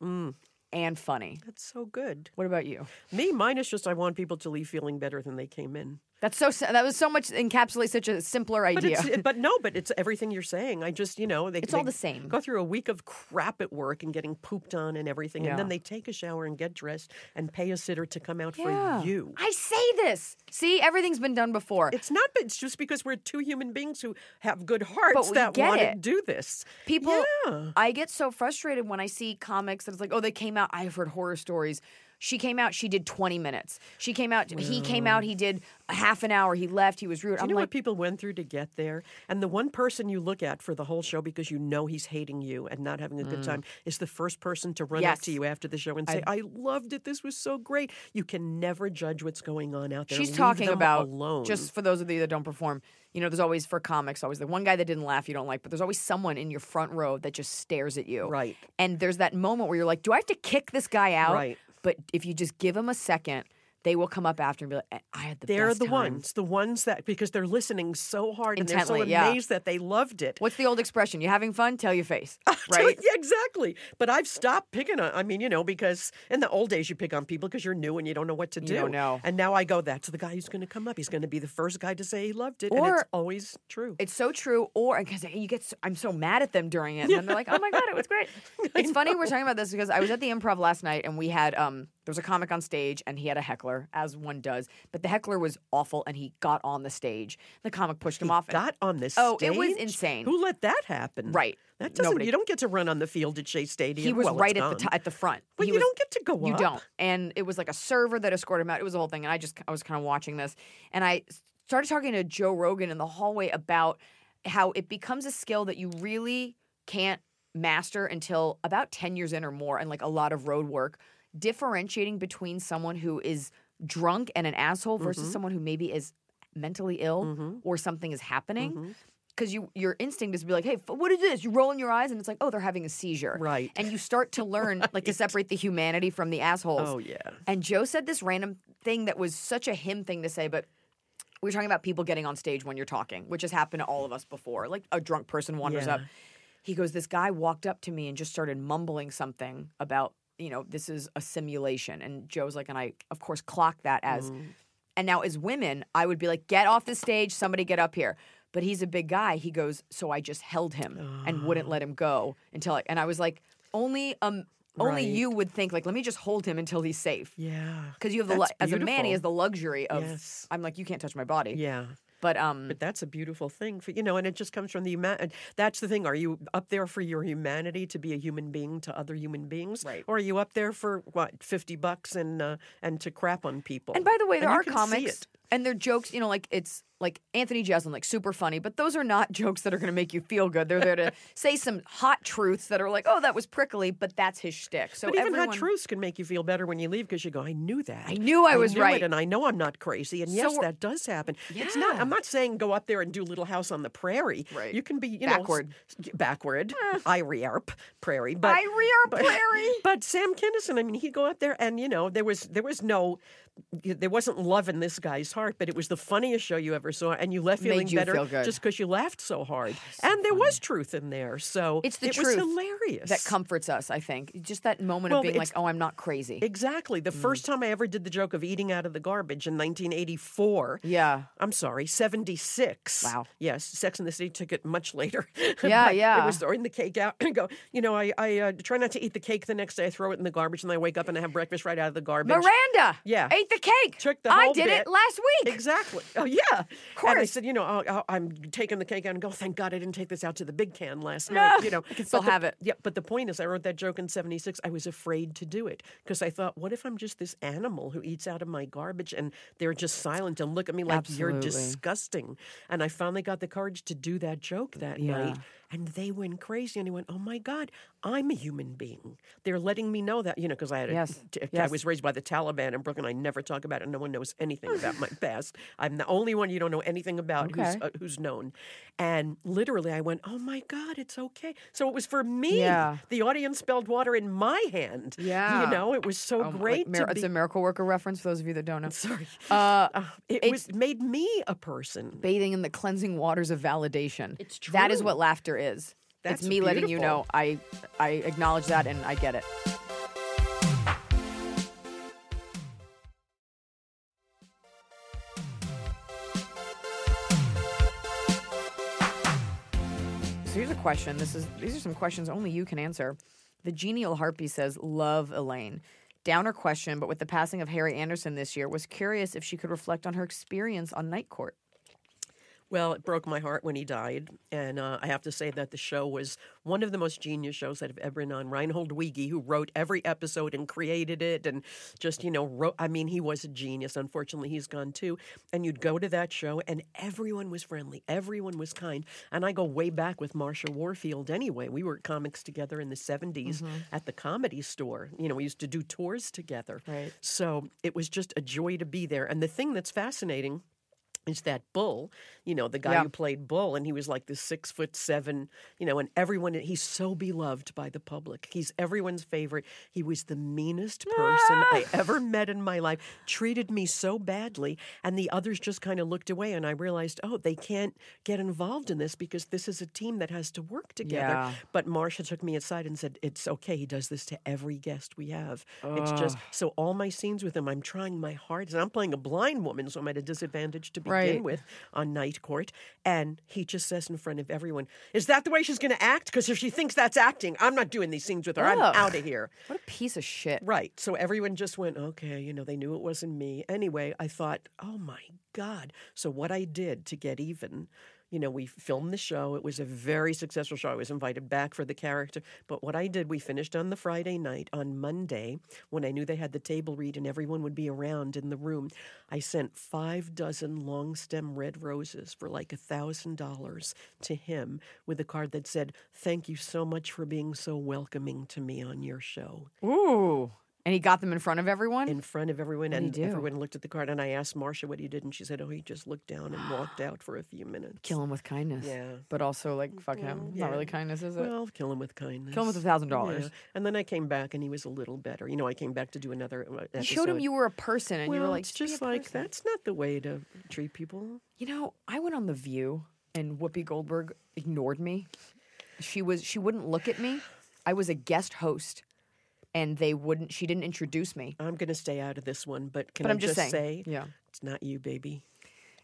Speaker 2: Mm.
Speaker 3: and funny."
Speaker 2: that's so good.
Speaker 3: What about you?
Speaker 2: Me, mine is just I want people to leave feeling better than they came in.
Speaker 3: That's so. s- That was so much encapsulates such a simpler
Speaker 2: But
Speaker 3: idea.
Speaker 2: it's it- but no, but it's everything you're saying. I just you know they
Speaker 3: It's all
Speaker 2: they
Speaker 3: the same.
Speaker 2: Go through a week of crap at work and getting pooped on and everything, and then
Speaker 3: Yeah.
Speaker 2: they take a shower and get dressed and pay a sitter to come out
Speaker 3: Yeah.
Speaker 2: for you.
Speaker 3: I say this. See, everything's been done before.
Speaker 2: It's not. It's just because we're two human beings who have good hearts
Speaker 3: we
Speaker 2: that
Speaker 3: get
Speaker 2: want to
Speaker 3: it.
Speaker 2: do this.
Speaker 3: People,
Speaker 2: Yeah.
Speaker 3: I get so frustrated when I see comics that it's like, oh, they came out. I've heard horror stories. She came out. She did twenty minutes. She came out. He came out. He did half an hour. He left. He was rude.
Speaker 2: Do
Speaker 3: I'm
Speaker 2: you know
Speaker 3: like,
Speaker 2: what people went through to get there? And the one person you look at for the whole show because you know he's hating you and not having a good time is the first person to run up
Speaker 3: Mm. Yes.
Speaker 2: to you after the show and say, I, loved it. This was so great. You can never judge what's going on out there.
Speaker 3: she's
Speaker 2: Leave
Speaker 3: talking
Speaker 2: them
Speaker 3: about
Speaker 2: alone.
Speaker 3: just for those of you that don't perform. You know, there's always for comics always the one guy that didn't laugh you don't like, but there's always someone in your front row that just stares at you.
Speaker 2: Right.
Speaker 3: And there's that moment where you're like, do I have to kick this guy out?
Speaker 2: Right.
Speaker 3: But if you just give him a second, they will come up after and be like, I had the
Speaker 2: They're
Speaker 3: best
Speaker 2: the
Speaker 3: time.
Speaker 2: ones, the ones that because they're listening so hard and
Speaker 3: Intently,
Speaker 2: they're
Speaker 3: yeah.
Speaker 2: so amazed that they loved it.
Speaker 3: What's the old expression? You having fun? Tell your face.
Speaker 2: Tell-
Speaker 3: Right?
Speaker 2: yeah, exactly. But I've stopped picking on. I mean, you know, because in the old days you pick on people because you're new and you don't know what to do.
Speaker 3: don't know.
Speaker 2: And now I go, that's the guy who's going to come up. He's going to be the first guy to say he loved it, and
Speaker 3: Or-
Speaker 2: it's always true.
Speaker 3: It's so true. Or because you get, so, I'm so mad at them during it, and then they're like, "Oh my god, it was great." It's funny we're talking about this because I was at the improv last night, and we had um, there was a comic on stage, and he had a heckler, as one does. But the heckler was awful, and he got on the stage. The comic pushed him off. and-
Speaker 2: got on this.
Speaker 3: Oh, it was
Speaker 2: stage?
Speaker 3: insane.
Speaker 2: Who let that happen?
Speaker 3: Right.
Speaker 2: That doesn't.
Speaker 3: Nobody-
Speaker 2: You don't get to run on the field at Shea Stadium.
Speaker 3: he was
Speaker 2: Well, it's
Speaker 3: right at the
Speaker 2: gone.
Speaker 3: t- at the front.
Speaker 2: But
Speaker 3: He
Speaker 2: you
Speaker 3: was-
Speaker 2: don't get to go
Speaker 3: You
Speaker 2: up.
Speaker 3: don't. And it was like a server that escorted him out. It was a whole thing. And I just I was kind of watching this, and I s- started talking to Joe Rogan in the hallway about how it becomes a skill that you really can't master until about ten years in or more, and like a lot of road work, differentiating between someone who is drunk and an asshole versus someone who maybe is mentally ill or something is happening. Because you, your instinct is to be like, "Hey, f- what is this?" You roll in your eyes, and it's like, "Oh, they're having a seizure."
Speaker 2: Right.
Speaker 3: and you start to learn like to separate the humanity from the assholes.
Speaker 2: Oh yeah.
Speaker 3: And Joe said this random thing that was such a him thing to say, but we were talking about people getting on stage when you're talking, which has happened to all of us before. Like a drunk person wanders
Speaker 2: Yeah.
Speaker 3: up. He goes, This guy walked up to me and just started mumbling something about, you know, this is a simulation. And Joe's like, and I of course clocked that as
Speaker 2: Mm.
Speaker 3: and now as women, I would be like, get off the stage, somebody get up here. But he's a big guy. He goes, so I just held him and wouldn't
Speaker 2: Ah.
Speaker 3: let him go until I and I was like, only um only
Speaker 2: Right.
Speaker 3: you would think like, let me just hold him until he's safe
Speaker 2: Yeah.
Speaker 3: because you have the lu-
Speaker 2: That's
Speaker 3: as a man he
Speaker 2: beautiful.
Speaker 3: has the luxury of
Speaker 2: Yes.
Speaker 3: I'm like you can't touch my body.
Speaker 2: Yeah.
Speaker 3: But um
Speaker 2: But that's a beautiful thing for you know, and it just comes from the human. That's the thing. Are you up there for your humanity to be a human being to other human beings,
Speaker 3: Right.
Speaker 2: Or are you up there for what fifty bucks and uh, and to crap on people?
Speaker 3: and by the way there
Speaker 2: you
Speaker 3: are
Speaker 2: can see
Speaker 3: comics
Speaker 2: it.
Speaker 3: and they're jokes, you know, like it's like Anthony Jeselnik, like super funny, but those are not jokes that are going to make you feel good. They're there to say some hot truths that are like, oh, that was prickly, but that's his shtick. So
Speaker 2: but even
Speaker 3: everyone,
Speaker 2: hot truths can make you feel better when you leave because you go, I knew that.
Speaker 3: I knew I was
Speaker 2: it,
Speaker 3: right."
Speaker 2: and I know I'm not crazy. And yes,
Speaker 3: we're-
Speaker 2: that does happen. It's not. I'm not saying go up there and do Little House on the Prairie.
Speaker 3: Right.
Speaker 2: You can be, you
Speaker 3: Backward. Eh.
Speaker 2: know, s- s- backward, Irearp Prairie, but
Speaker 3: I rear
Speaker 2: but-
Speaker 3: prairie.
Speaker 2: But Sam Kinison, I mean, he'd go up there, and you know, there was there was no, there wasn't love in this guy's heart, but it was the funniest show you ever saw, and you left
Speaker 3: Made
Speaker 2: feeling
Speaker 3: you
Speaker 2: better
Speaker 3: feel good.
Speaker 2: just because you laughed so hard. and there was truth in there, so
Speaker 3: It's the
Speaker 2: it was
Speaker 3: truth
Speaker 2: hilarious.
Speaker 3: that comforts us, I think. Just that moment
Speaker 2: Well,
Speaker 3: of being like,
Speaker 2: it's-
Speaker 3: oh, I'm not crazy.
Speaker 2: Exactly.
Speaker 3: Mm.
Speaker 2: The first time I ever did the joke of eating out of the garbage in 1984.
Speaker 3: yeah.
Speaker 2: I'm sorry, 76.
Speaker 3: Wow.
Speaker 2: Yes, Sex and the City took it much later.
Speaker 3: Yeah,
Speaker 2: But
Speaker 3: yeah.
Speaker 2: It was throwing the cake out and go, you know, I, I uh, try not to eat the cake the next day. I throw it in the garbage and I wake up and I have breakfast right out of the garbage.
Speaker 3: Miranda
Speaker 2: Yeah.
Speaker 3: ate the cake.
Speaker 2: Took the
Speaker 3: I
Speaker 2: whole
Speaker 3: did it
Speaker 2: bit.
Speaker 3: last week.
Speaker 2: Exactly. Oh, yeah. And I
Speaker 3: course.
Speaker 2: said, you know, I'll, I'll, I'm taking the cake out and go, thank God I didn't take this out to the big can last night. You know,
Speaker 3: I can still
Speaker 2: But the-
Speaker 3: have it.
Speaker 2: Yeah, but the point is, I wrote that joke in 76. I was afraid to do it because I thought, what if I'm just this animal who eats out of my garbage and they're just silent and look at me like you're
Speaker 3: Absolutely.
Speaker 2: disgusting? And I finally got the courage to do that joke that night. And they went crazy and I went, oh my God, I'm a human being. They're letting me know that, you know, because I had a,
Speaker 3: Yes,
Speaker 2: t- I
Speaker 3: yes.
Speaker 2: was raised by the Taliban in Brooklyn. I never talk about it. No one knows anything about my past. I'm the only one you don't know anything about who's,
Speaker 3: Okay.
Speaker 2: uh, who's known. And literally, I went, "Oh my God, it's okay." So it was for me.
Speaker 3: Yeah.
Speaker 2: The audience spelled water in my hand.
Speaker 3: Yeah.
Speaker 2: You know, it was so
Speaker 3: Oh, like
Speaker 2: great
Speaker 3: mir-
Speaker 2: to
Speaker 3: it's
Speaker 2: be.
Speaker 3: a miracle worker reference for those of you that don't know.
Speaker 2: sorry.
Speaker 3: Uh,
Speaker 2: Uh, it
Speaker 3: it's-
Speaker 2: was made me a person.
Speaker 3: bathing in the cleansing waters of validation.
Speaker 2: It's
Speaker 3: That is
Speaker 2: true.
Speaker 3: what laughter is.
Speaker 2: That's
Speaker 3: it's me letting you
Speaker 2: beautiful.
Speaker 3: know I I acknowledge that and I get it. So here's a question. This is these are some questions only you can answer. The genial harpy says, "Love Elaine." Downer question, but with the passing of Harry Anderson this year, was curious if she could reflect on her experience on Night Court.
Speaker 2: Well, it broke my heart when he died, and uh, I have to say that the show was one of the most genius shows that have ever been on. Reinhold Wiege, who wrote every episode and created it, and just you know, wrote, I mean, he was a genius. Unfortunately, he's gone too. And you'd go to that show, and everyone was friendly, everyone was kind. And I go way back with Marsha Warfield. Anyway, we were comics together in the '70s at the Comedy Store. You know, we used to do tours together.
Speaker 3: Right.
Speaker 2: So it was just a joy to be there. And the thing that's fascinating is that Bull, you know, the guy
Speaker 3: Yeah.
Speaker 2: who played Bull, and he was like this six foot seven, you know, and everyone, he's so beloved by the public. He's everyone's favorite. He was the meanest person I
Speaker 3: Ah.
Speaker 2: ever met in my life, treated me so badly, and the others just kind of looked away. And I realized, oh, they can't get involved in this because this is a team that has to work together.
Speaker 3: Yeah.
Speaker 2: But Marsha took me aside and said, It's okay. He does this to every guest we have. It's just so all my scenes with him, I'm trying my hardest. And I'm playing a blind woman, so I'm at a disadvantage to begin
Speaker 3: Right.
Speaker 2: with on Night Court. And he just says in front of everyone, Is that the way she's going to act? Because if she thinks that's acting, I'm not doing these scenes with her. I'm
Speaker 3: Ugh.
Speaker 2: out of here.
Speaker 3: What a piece of shit.
Speaker 2: Right. So everyone just went, okay, you know, they knew it wasn't me. Anyway, I thought, oh my God. So what I did to get even, you know, we filmed the show. It was a very successful show. I was invited back for the character. But what I did, we finished on the Friday night. On Monday, when I knew they had the table read and everyone would be around in the room, I sent five dozen long stem red roses for like a thousand dollars to him with a card that said, Thank you so much for being so welcoming to me on your show
Speaker 3: Ooh. And he got them in front of everyone?
Speaker 2: in front of everyone,
Speaker 3: do you
Speaker 2: and
Speaker 3: do?
Speaker 2: everyone looked at the card. And I asked Marcia what he did, and she said, "Oh, he just looked down and walked out for a few minutes."
Speaker 3: Kill him with kindness.
Speaker 2: Yeah.
Speaker 3: But also, like, fuck him.
Speaker 2: yeah.
Speaker 3: Not really kindness, is it?
Speaker 2: Well, kill him with kindness.
Speaker 3: Kill him with a thousand dollars.
Speaker 2: And then I came back, and he was a little better. You know, I came back to do another. uh, Episode.
Speaker 3: You showed him you were a person, and
Speaker 2: Well,
Speaker 3: you were like,
Speaker 2: it's
Speaker 3: be a
Speaker 2: just like
Speaker 3: person."
Speaker 2: that's not the way to treat people.
Speaker 3: You know, I went on The View, and Whoopi Goldberg ignored me. She was she wouldn't look at me. I was a guest host, and they wouldn't. She didn't introduce me.
Speaker 2: I'm going to stay out of this one, but can
Speaker 3: But
Speaker 2: I
Speaker 3: I'm just
Speaker 2: say,
Speaker 3: saying, yeah.
Speaker 2: it's not you, baby.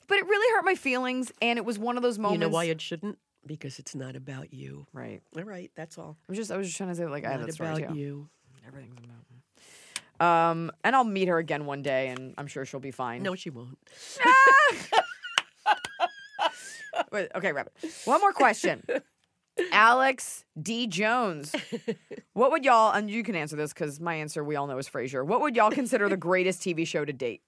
Speaker 3: But it really hurt my feelings, and it was one of those moments.
Speaker 2: You know why it shouldn't? Because it's not about you.
Speaker 3: right.
Speaker 2: All right, that's all.
Speaker 3: I was just I was just trying to say like I have
Speaker 2: not
Speaker 3: that story
Speaker 2: about
Speaker 3: too.
Speaker 2: you.
Speaker 3: Everything's about me. Um, and I'll meet her again one day, and I'm sure she'll be fine.
Speaker 2: No, she won't.
Speaker 3: Wait, okay, wrap it. One more question. Alex D. Jones, what would y'all and you can answer this because my answer we all know is Frasier. What would y'all consider the greatest TV show to date?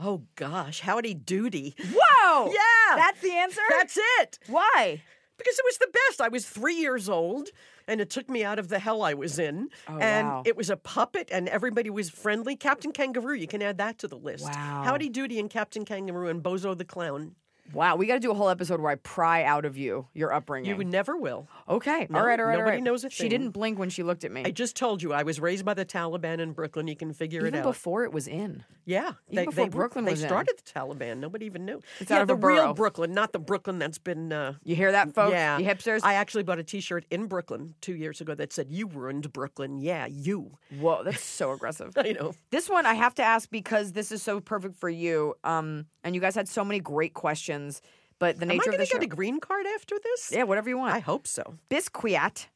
Speaker 2: Oh gosh, howdy doody.
Speaker 3: Whoa!
Speaker 2: Yeah.
Speaker 3: That's the answer?
Speaker 2: That's it.
Speaker 3: Why?
Speaker 2: Because it was the best. I was three years old and it took me out of the hell I was in.
Speaker 3: Oh,
Speaker 2: and
Speaker 3: wow.
Speaker 2: it was a puppet and everybody was friendly. Captain Kangaroo, you can add that to the list.
Speaker 3: Wow.
Speaker 2: Howdy Doody and Captain Kangaroo and Bozo the Clown.
Speaker 3: Wow, we got to do a whole episode where I pry out of you your upbringing.
Speaker 2: You never will.
Speaker 3: okay,
Speaker 2: No,
Speaker 3: all right, all right, all
Speaker 2: nobody
Speaker 3: right.
Speaker 2: knows a
Speaker 3: she
Speaker 2: thing.
Speaker 3: didn't blink when she looked at me.
Speaker 2: I just told you I was raised by the Taliban in Brooklyn. You can figure
Speaker 3: Even
Speaker 2: it out.
Speaker 3: before it was in.
Speaker 2: yeah,
Speaker 3: even
Speaker 2: they,
Speaker 3: before
Speaker 2: they,
Speaker 3: Brooklyn
Speaker 2: they
Speaker 3: was in.
Speaker 2: started the Taliban. Nobody even knew.
Speaker 3: It's
Speaker 2: yeah,
Speaker 3: out of
Speaker 2: the
Speaker 3: a
Speaker 2: real
Speaker 3: borough.
Speaker 2: Brooklyn, not the Brooklyn that's been. Uh,
Speaker 3: You hear that, folks?
Speaker 2: Yeah,
Speaker 3: You hipsters?
Speaker 2: I actually bought a T-shirt in Brooklyn two years ago that said "You ruined Brooklyn." Yeah, you.
Speaker 3: Whoa, that's so aggressive.
Speaker 2: I know.
Speaker 3: This one I have to ask because this is so perfect for you. Um, and you guys had so many great questions, but the
Speaker 2: Am I
Speaker 3: nature
Speaker 2: going
Speaker 3: of
Speaker 2: to
Speaker 3: the show.
Speaker 2: get a green card after this?
Speaker 3: yeah, whatever you want.
Speaker 2: I hope so.
Speaker 3: Bisquiat.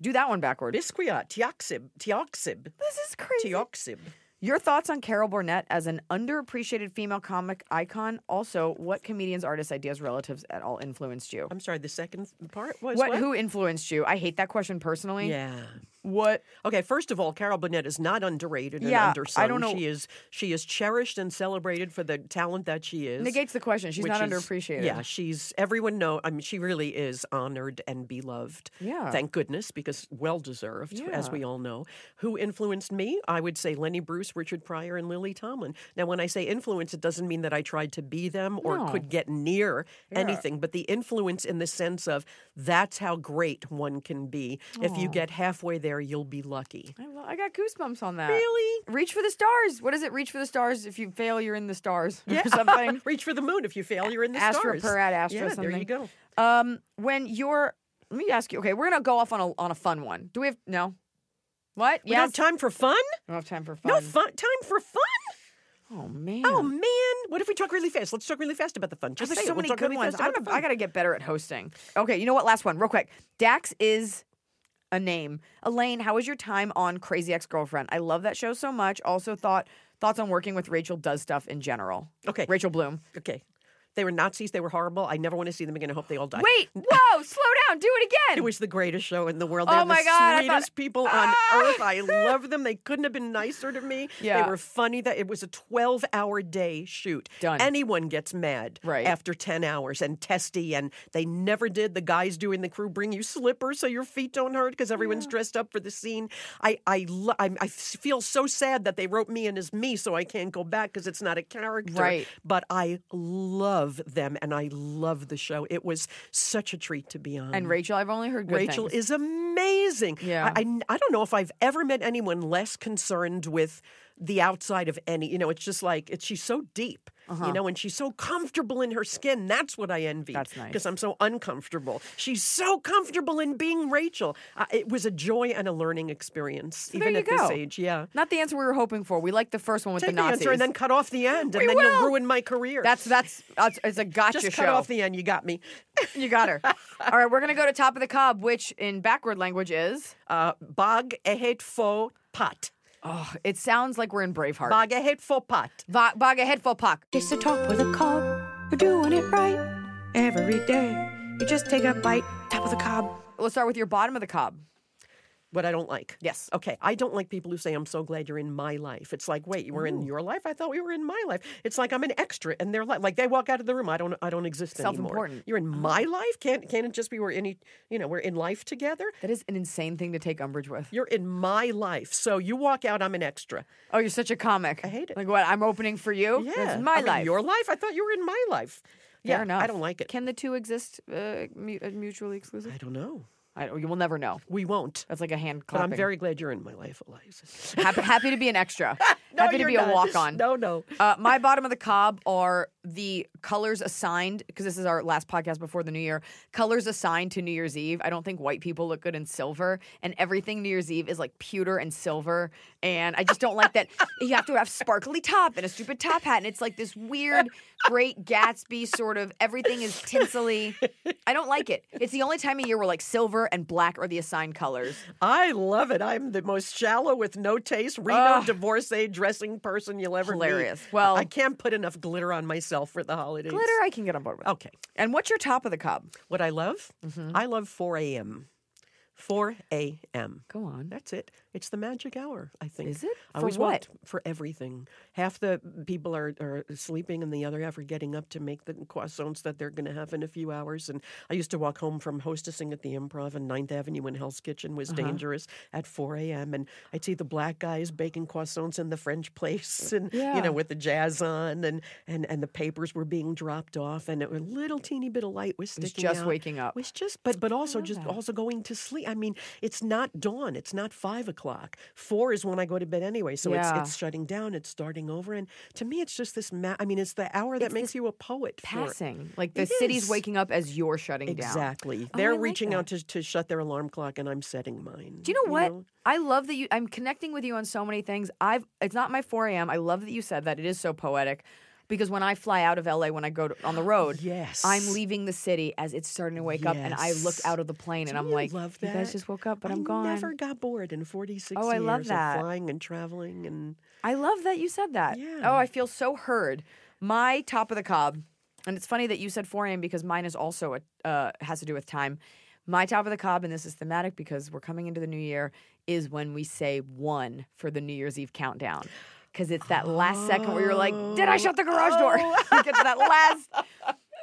Speaker 3: Do that one backward.
Speaker 2: Bisquiat, Tioxib, Tioxib,
Speaker 3: this is crazy.
Speaker 2: Tioxib.
Speaker 3: Your thoughts on Carol Burnett as an underappreciated female comic icon? Also, what comedians, artists, ideas, relatives at all influenced you?
Speaker 2: I'm sorry. The second part was
Speaker 3: What,
Speaker 2: what?
Speaker 3: who influenced you? I hate that question personally.
Speaker 2: Yeah.
Speaker 3: What?
Speaker 2: Okay, first of all, Carol Burnett is not underrated and
Speaker 3: Yeah,
Speaker 2: undersung.
Speaker 3: I don't know-
Speaker 2: She is she is cherished and celebrated for the talent that she is.
Speaker 3: Negates the question. She's not
Speaker 2: which is-
Speaker 3: underappreciated.
Speaker 2: Yeah, she's everyone know. I mean, she really is honored and beloved.
Speaker 3: Yeah.
Speaker 2: thank goodness because well deserved, as
Speaker 3: Yeah.
Speaker 2: we all know. Who influenced me? I would say Lenny Bruce, Richard Pryor, and Lily Tomlin. Now, when I say influence, it doesn't mean that I tried to be them or
Speaker 3: No.
Speaker 2: could get near anything, but the influence in the sense of that's how great one can be. If you get halfway there, you'll be lucky.
Speaker 3: I, lo- I got goosebumps on that.
Speaker 2: Really?
Speaker 3: Reach for the stars. What is it? Reach for the stars. If you fail, you're in the stars or something.
Speaker 2: Reach for the moon. If you fail, you're in the
Speaker 3: Astra
Speaker 2: stars.
Speaker 3: per ad astra
Speaker 2: Yeah, there
Speaker 3: something.
Speaker 2: you go.
Speaker 3: Um, when you're, let me ask you. Okay, we're gonna go off on a on a fun one. Do we have no? What?
Speaker 2: We don't
Speaker 3: Yes.
Speaker 2: have time for fun?
Speaker 3: We don't have time for fun.
Speaker 2: No fun time for fun?
Speaker 3: oh man.
Speaker 2: Oh man, what if we talk really fast? Let's talk really fast about the fun.
Speaker 3: Oh,
Speaker 2: Just
Speaker 3: there's
Speaker 2: say
Speaker 3: so
Speaker 2: it. We'll
Speaker 3: many
Speaker 2: talk
Speaker 3: good
Speaker 2: really
Speaker 3: ones.
Speaker 2: fast
Speaker 3: I'm
Speaker 2: about
Speaker 3: a,
Speaker 2: the
Speaker 3: I
Speaker 2: fun.
Speaker 3: gotta get better at hosting. Okay, you know what? Last one, real quick. Dax is a name. Elaine, how was your time on Crazy Ex-Girlfriend? I love that show so much. Also, thought thoughts on working with Rachel does stuff in general.
Speaker 2: Okay.
Speaker 3: Rachel Bloom.
Speaker 2: Okay, they were Nazis. They were horrible. I never want to see them again. I hope they all die.
Speaker 3: Wait, whoa, slow down. Do it again.
Speaker 2: It was the greatest show in the world.
Speaker 3: Oh,
Speaker 2: They're
Speaker 3: my
Speaker 2: the
Speaker 3: God, I thought- Ah!
Speaker 2: sweetest people on earth. I love them. They couldn't have been nicer to me.
Speaker 3: Yeah.
Speaker 2: They were funny. That it was a 12-hour day shoot.
Speaker 3: Done.
Speaker 2: Anyone gets mad
Speaker 3: Right.
Speaker 2: after 10 hours and testy and they never did. The guys doing the crew bring you slippers so your feet don't hurt because everyone's dressed up for the scene. I I, lo- I I feel so sad that they wrote me in as me so I can't go back because it's not a character.
Speaker 3: Right.
Speaker 2: But I love them and I love the show. It was such a treat to be on.
Speaker 3: and Rachel, I've only heard good
Speaker 2: Rachel
Speaker 3: things.
Speaker 2: is amazing.
Speaker 3: Yeah.
Speaker 2: I, I, I don't know if I've ever met anyone less concerned with the outside of any. You know, it's just like it's, she's so deep.
Speaker 3: Uh-huh.
Speaker 2: You know, and she's so comfortable in her skin. That's what I envy.
Speaker 3: That's nice.
Speaker 2: Because I'm so uncomfortable. She's so comfortable in being Rachel. Uh, it was a joy and a learning experience,
Speaker 3: there
Speaker 2: even
Speaker 3: you
Speaker 2: at this
Speaker 3: go.
Speaker 2: age. Yeah.
Speaker 3: Not the answer we were hoping for. We like the first one with
Speaker 2: Take
Speaker 3: the
Speaker 2: the
Speaker 3: Nazis.
Speaker 2: answer and then cut off the end, and
Speaker 3: We
Speaker 2: then
Speaker 3: will.
Speaker 2: you'll ruin my career.
Speaker 3: that's that's that's it's a gotcha
Speaker 2: just
Speaker 3: show.
Speaker 2: cut off the end. You got me.
Speaker 3: you got her. All right, we're gonna go to top of the cob, which in backward language is.
Speaker 2: Uh, bag ehet fo pot.
Speaker 3: Oh, it sounds like we're in Braveheart.
Speaker 2: Bag ehet fo pot.
Speaker 3: Va- bag a head full puck.
Speaker 5: It's the top with a cob. You're doing it right every day. You just take a bite, top of the cob.
Speaker 3: We'll start with your bottom of the cob.
Speaker 2: what I don't like.
Speaker 3: Yes.
Speaker 2: Okay. I don't like people who say, I'm so glad you're in my life. It's like, wait, you were in your life? I thought we were in my life. It's like I'm an extra in their life. Like they walk out of the room, I don't I don't exist anymore.
Speaker 3: Self-important. Mm-hmm.
Speaker 2: You're in my life? Can't can't it just be we're in each- you know, we're in life together?
Speaker 3: That is an insane thing to take umbrage with.
Speaker 2: You're in my life. So you walk out, I'm an extra.
Speaker 3: Oh, you're such a comic. I
Speaker 2: hate it.
Speaker 3: Like what? I'm opening for you.
Speaker 2: Yeah.
Speaker 3: That's my
Speaker 2: I'm in
Speaker 3: life.
Speaker 2: your life? I thought you were in my life.
Speaker 3: Fair
Speaker 2: yeah.
Speaker 3: enough.
Speaker 2: I don't like it.
Speaker 3: Can the two exist uh, mu- uh, mutually exclusive?
Speaker 2: I don't know.
Speaker 3: I don't, you will never know.
Speaker 2: We won't.
Speaker 3: That's like a hand
Speaker 2: But
Speaker 3: clapping.
Speaker 2: I'm very glad you're in my life, Eliza.
Speaker 3: happy, happy to be an extra.
Speaker 2: No,
Speaker 3: happy to
Speaker 2: you're
Speaker 3: be a
Speaker 2: not.
Speaker 3: walk on.
Speaker 2: No, no.
Speaker 3: Uh, my bottom of the cob are the colors assigned because this is our last podcast before the new year. Colors assigned to New Year's Eve. I don't think white people look good in silver, and everything New Year's Eve is like pewter and silver. And I just don't like that you have to have sparkly top and a stupid top hat, and it's like this weird Great Gatsby sort of everything is tinsely. I don't like it. It's the only time of year where like silver and black are the assigned colors.
Speaker 2: I love it. I'm the most shallow with no taste, Reno
Speaker 3: Ugh.
Speaker 2: divorcee dressing person you'll ever
Speaker 3: Hilarious.
Speaker 2: meet.
Speaker 3: Well-
Speaker 2: I can't put enough glitter on myself for the holidays.
Speaker 3: Glitter, I can get on board with.
Speaker 2: Okay.
Speaker 3: And what's your top of the cob?
Speaker 2: What I love? I love 4 a.m. 4 a.m.
Speaker 3: Go on.
Speaker 2: That's it. It's the magic hour, I think.
Speaker 3: Is it?
Speaker 2: I
Speaker 3: For
Speaker 2: always
Speaker 3: what?
Speaker 2: want for everything. Half the people are, are sleeping and the other half are getting up to make the croissants that they're going to have in a few hours. And I used to walk home from hostessing at the Improv and Ninth Avenue in Hell's Kitchen
Speaker 3: Uh-huh.
Speaker 2: was dangerous at 4 a.m. And I'd see the black guys baking croissants in the French place and, you
Speaker 3: Uh, Yeah.
Speaker 2: know, with the jazz on and, and, and the papers were being dropped off and it, a little teeny bit of light was
Speaker 3: was
Speaker 2: sticking
Speaker 3: just
Speaker 2: out.
Speaker 3: waking up.
Speaker 2: was just, but, but also just
Speaker 3: that.
Speaker 2: also going to sleep. I mean, it's not dawn. It's not five o'clock. Four is when I go to bed anyway. So
Speaker 3: Yeah.
Speaker 2: it's it's shutting down. It's starting over. And to me, it's just this. Ma- I mean, it's the hour that
Speaker 3: It's
Speaker 2: makes
Speaker 3: this
Speaker 2: you a poet. for-
Speaker 3: Passing. Like the
Speaker 2: It
Speaker 3: city's
Speaker 2: is.
Speaker 3: waking up as you're shutting down. Oh,
Speaker 2: Exactly.
Speaker 3: I
Speaker 2: They're
Speaker 3: like
Speaker 2: reaching out to, to shut their alarm clock, and I'm setting mine.
Speaker 3: Do you know what? I love that you. I'm connecting with you on so many things. I've. It's not my 4 a.m. I love that you said that. It is so poetic, because when I fly out of LA, when I go to, on the road,
Speaker 2: Yes.
Speaker 3: I'm leaving the city as it's starting to wake up, and I look
Speaker 2: Yes.
Speaker 3: out of the plane, and
Speaker 2: Don't
Speaker 3: I'm
Speaker 2: you
Speaker 3: like,
Speaker 2: love
Speaker 3: you guys
Speaker 2: that?
Speaker 3: just woke up, but
Speaker 2: I
Speaker 3: am gone.
Speaker 2: never got bored in 46
Speaker 3: Oh, I love
Speaker 2: years
Speaker 3: that.
Speaker 2: of flying and traveling and
Speaker 3: I love that you said that.
Speaker 2: Yeah.
Speaker 3: Oh, I feel so heard. My top of the cob, and it's funny that you said 4 a.m. because mine is also a, uh, has to do with time. My top of the cob, and this is thematic because we're coming into the new year, is when we say one for the New Year's Eve countdown. Because it's that last second where you're like, did I shut the garage door?
Speaker 2: Oh.
Speaker 3: you get to that last,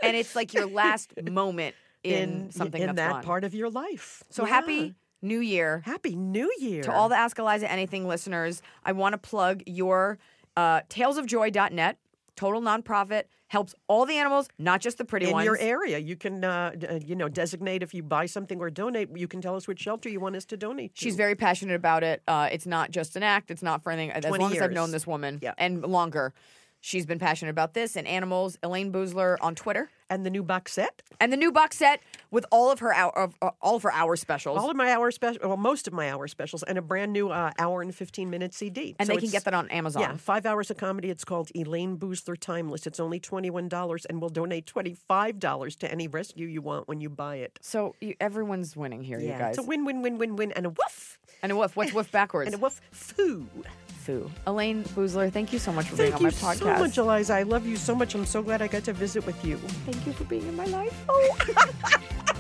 Speaker 3: and it's like your last moment in, something
Speaker 2: in
Speaker 3: that's
Speaker 2: that
Speaker 3: gone.
Speaker 2: part of your life.
Speaker 3: So
Speaker 2: Yeah.
Speaker 3: happy New Year
Speaker 2: happy New Year
Speaker 3: to all the Ask Eliza Anything listeners, I want to plug your uh, talesofjoy.net, total nonprofit, helps all the animals, not just the pretty
Speaker 2: in
Speaker 3: ones.
Speaker 2: your area. You can, uh, d- uh, you know, designate if you buy something or donate. You can tell us which shelter you want us to donate. to.
Speaker 3: She's very passionate about it. Uh, it's not just an act. It's not for anything. As
Speaker 2: 20
Speaker 3: long as I've
Speaker 2: years.
Speaker 3: known this woman
Speaker 2: Yeah.
Speaker 3: and longer, she's been passionate about this and animals. Elaine Boozler on Twitter.
Speaker 2: and the new box set.
Speaker 3: And the new box set with all of her hour, of, uh, all of her hour specials.
Speaker 2: All of my hour special, well, most of my hour specials, and a brand new uh, hour and fifteen minute CD.
Speaker 3: and
Speaker 2: So
Speaker 3: they can
Speaker 2: it's-
Speaker 3: get that on Amazon.
Speaker 2: Yeah, five hours of comedy. It's called Elaine Boozler Timeless. It's only twenty one dollars, and we'll donate twenty five dollars to any rescue you want when you buy it.
Speaker 3: So you, everyone's winning here, you guys.
Speaker 2: it's a win, win, win, win, win, and a woof,
Speaker 3: and a woof. What's woof backwards?
Speaker 2: and a woof. Foo.
Speaker 3: Foo. Elaine Boozler, thank you so much for being
Speaker 2: Thank
Speaker 3: on
Speaker 2: you
Speaker 3: my podcast.
Speaker 2: so much, Eliza. I love you so much. I'm so glad I got to visit with you.
Speaker 3: Thank you for being in my life. Oh.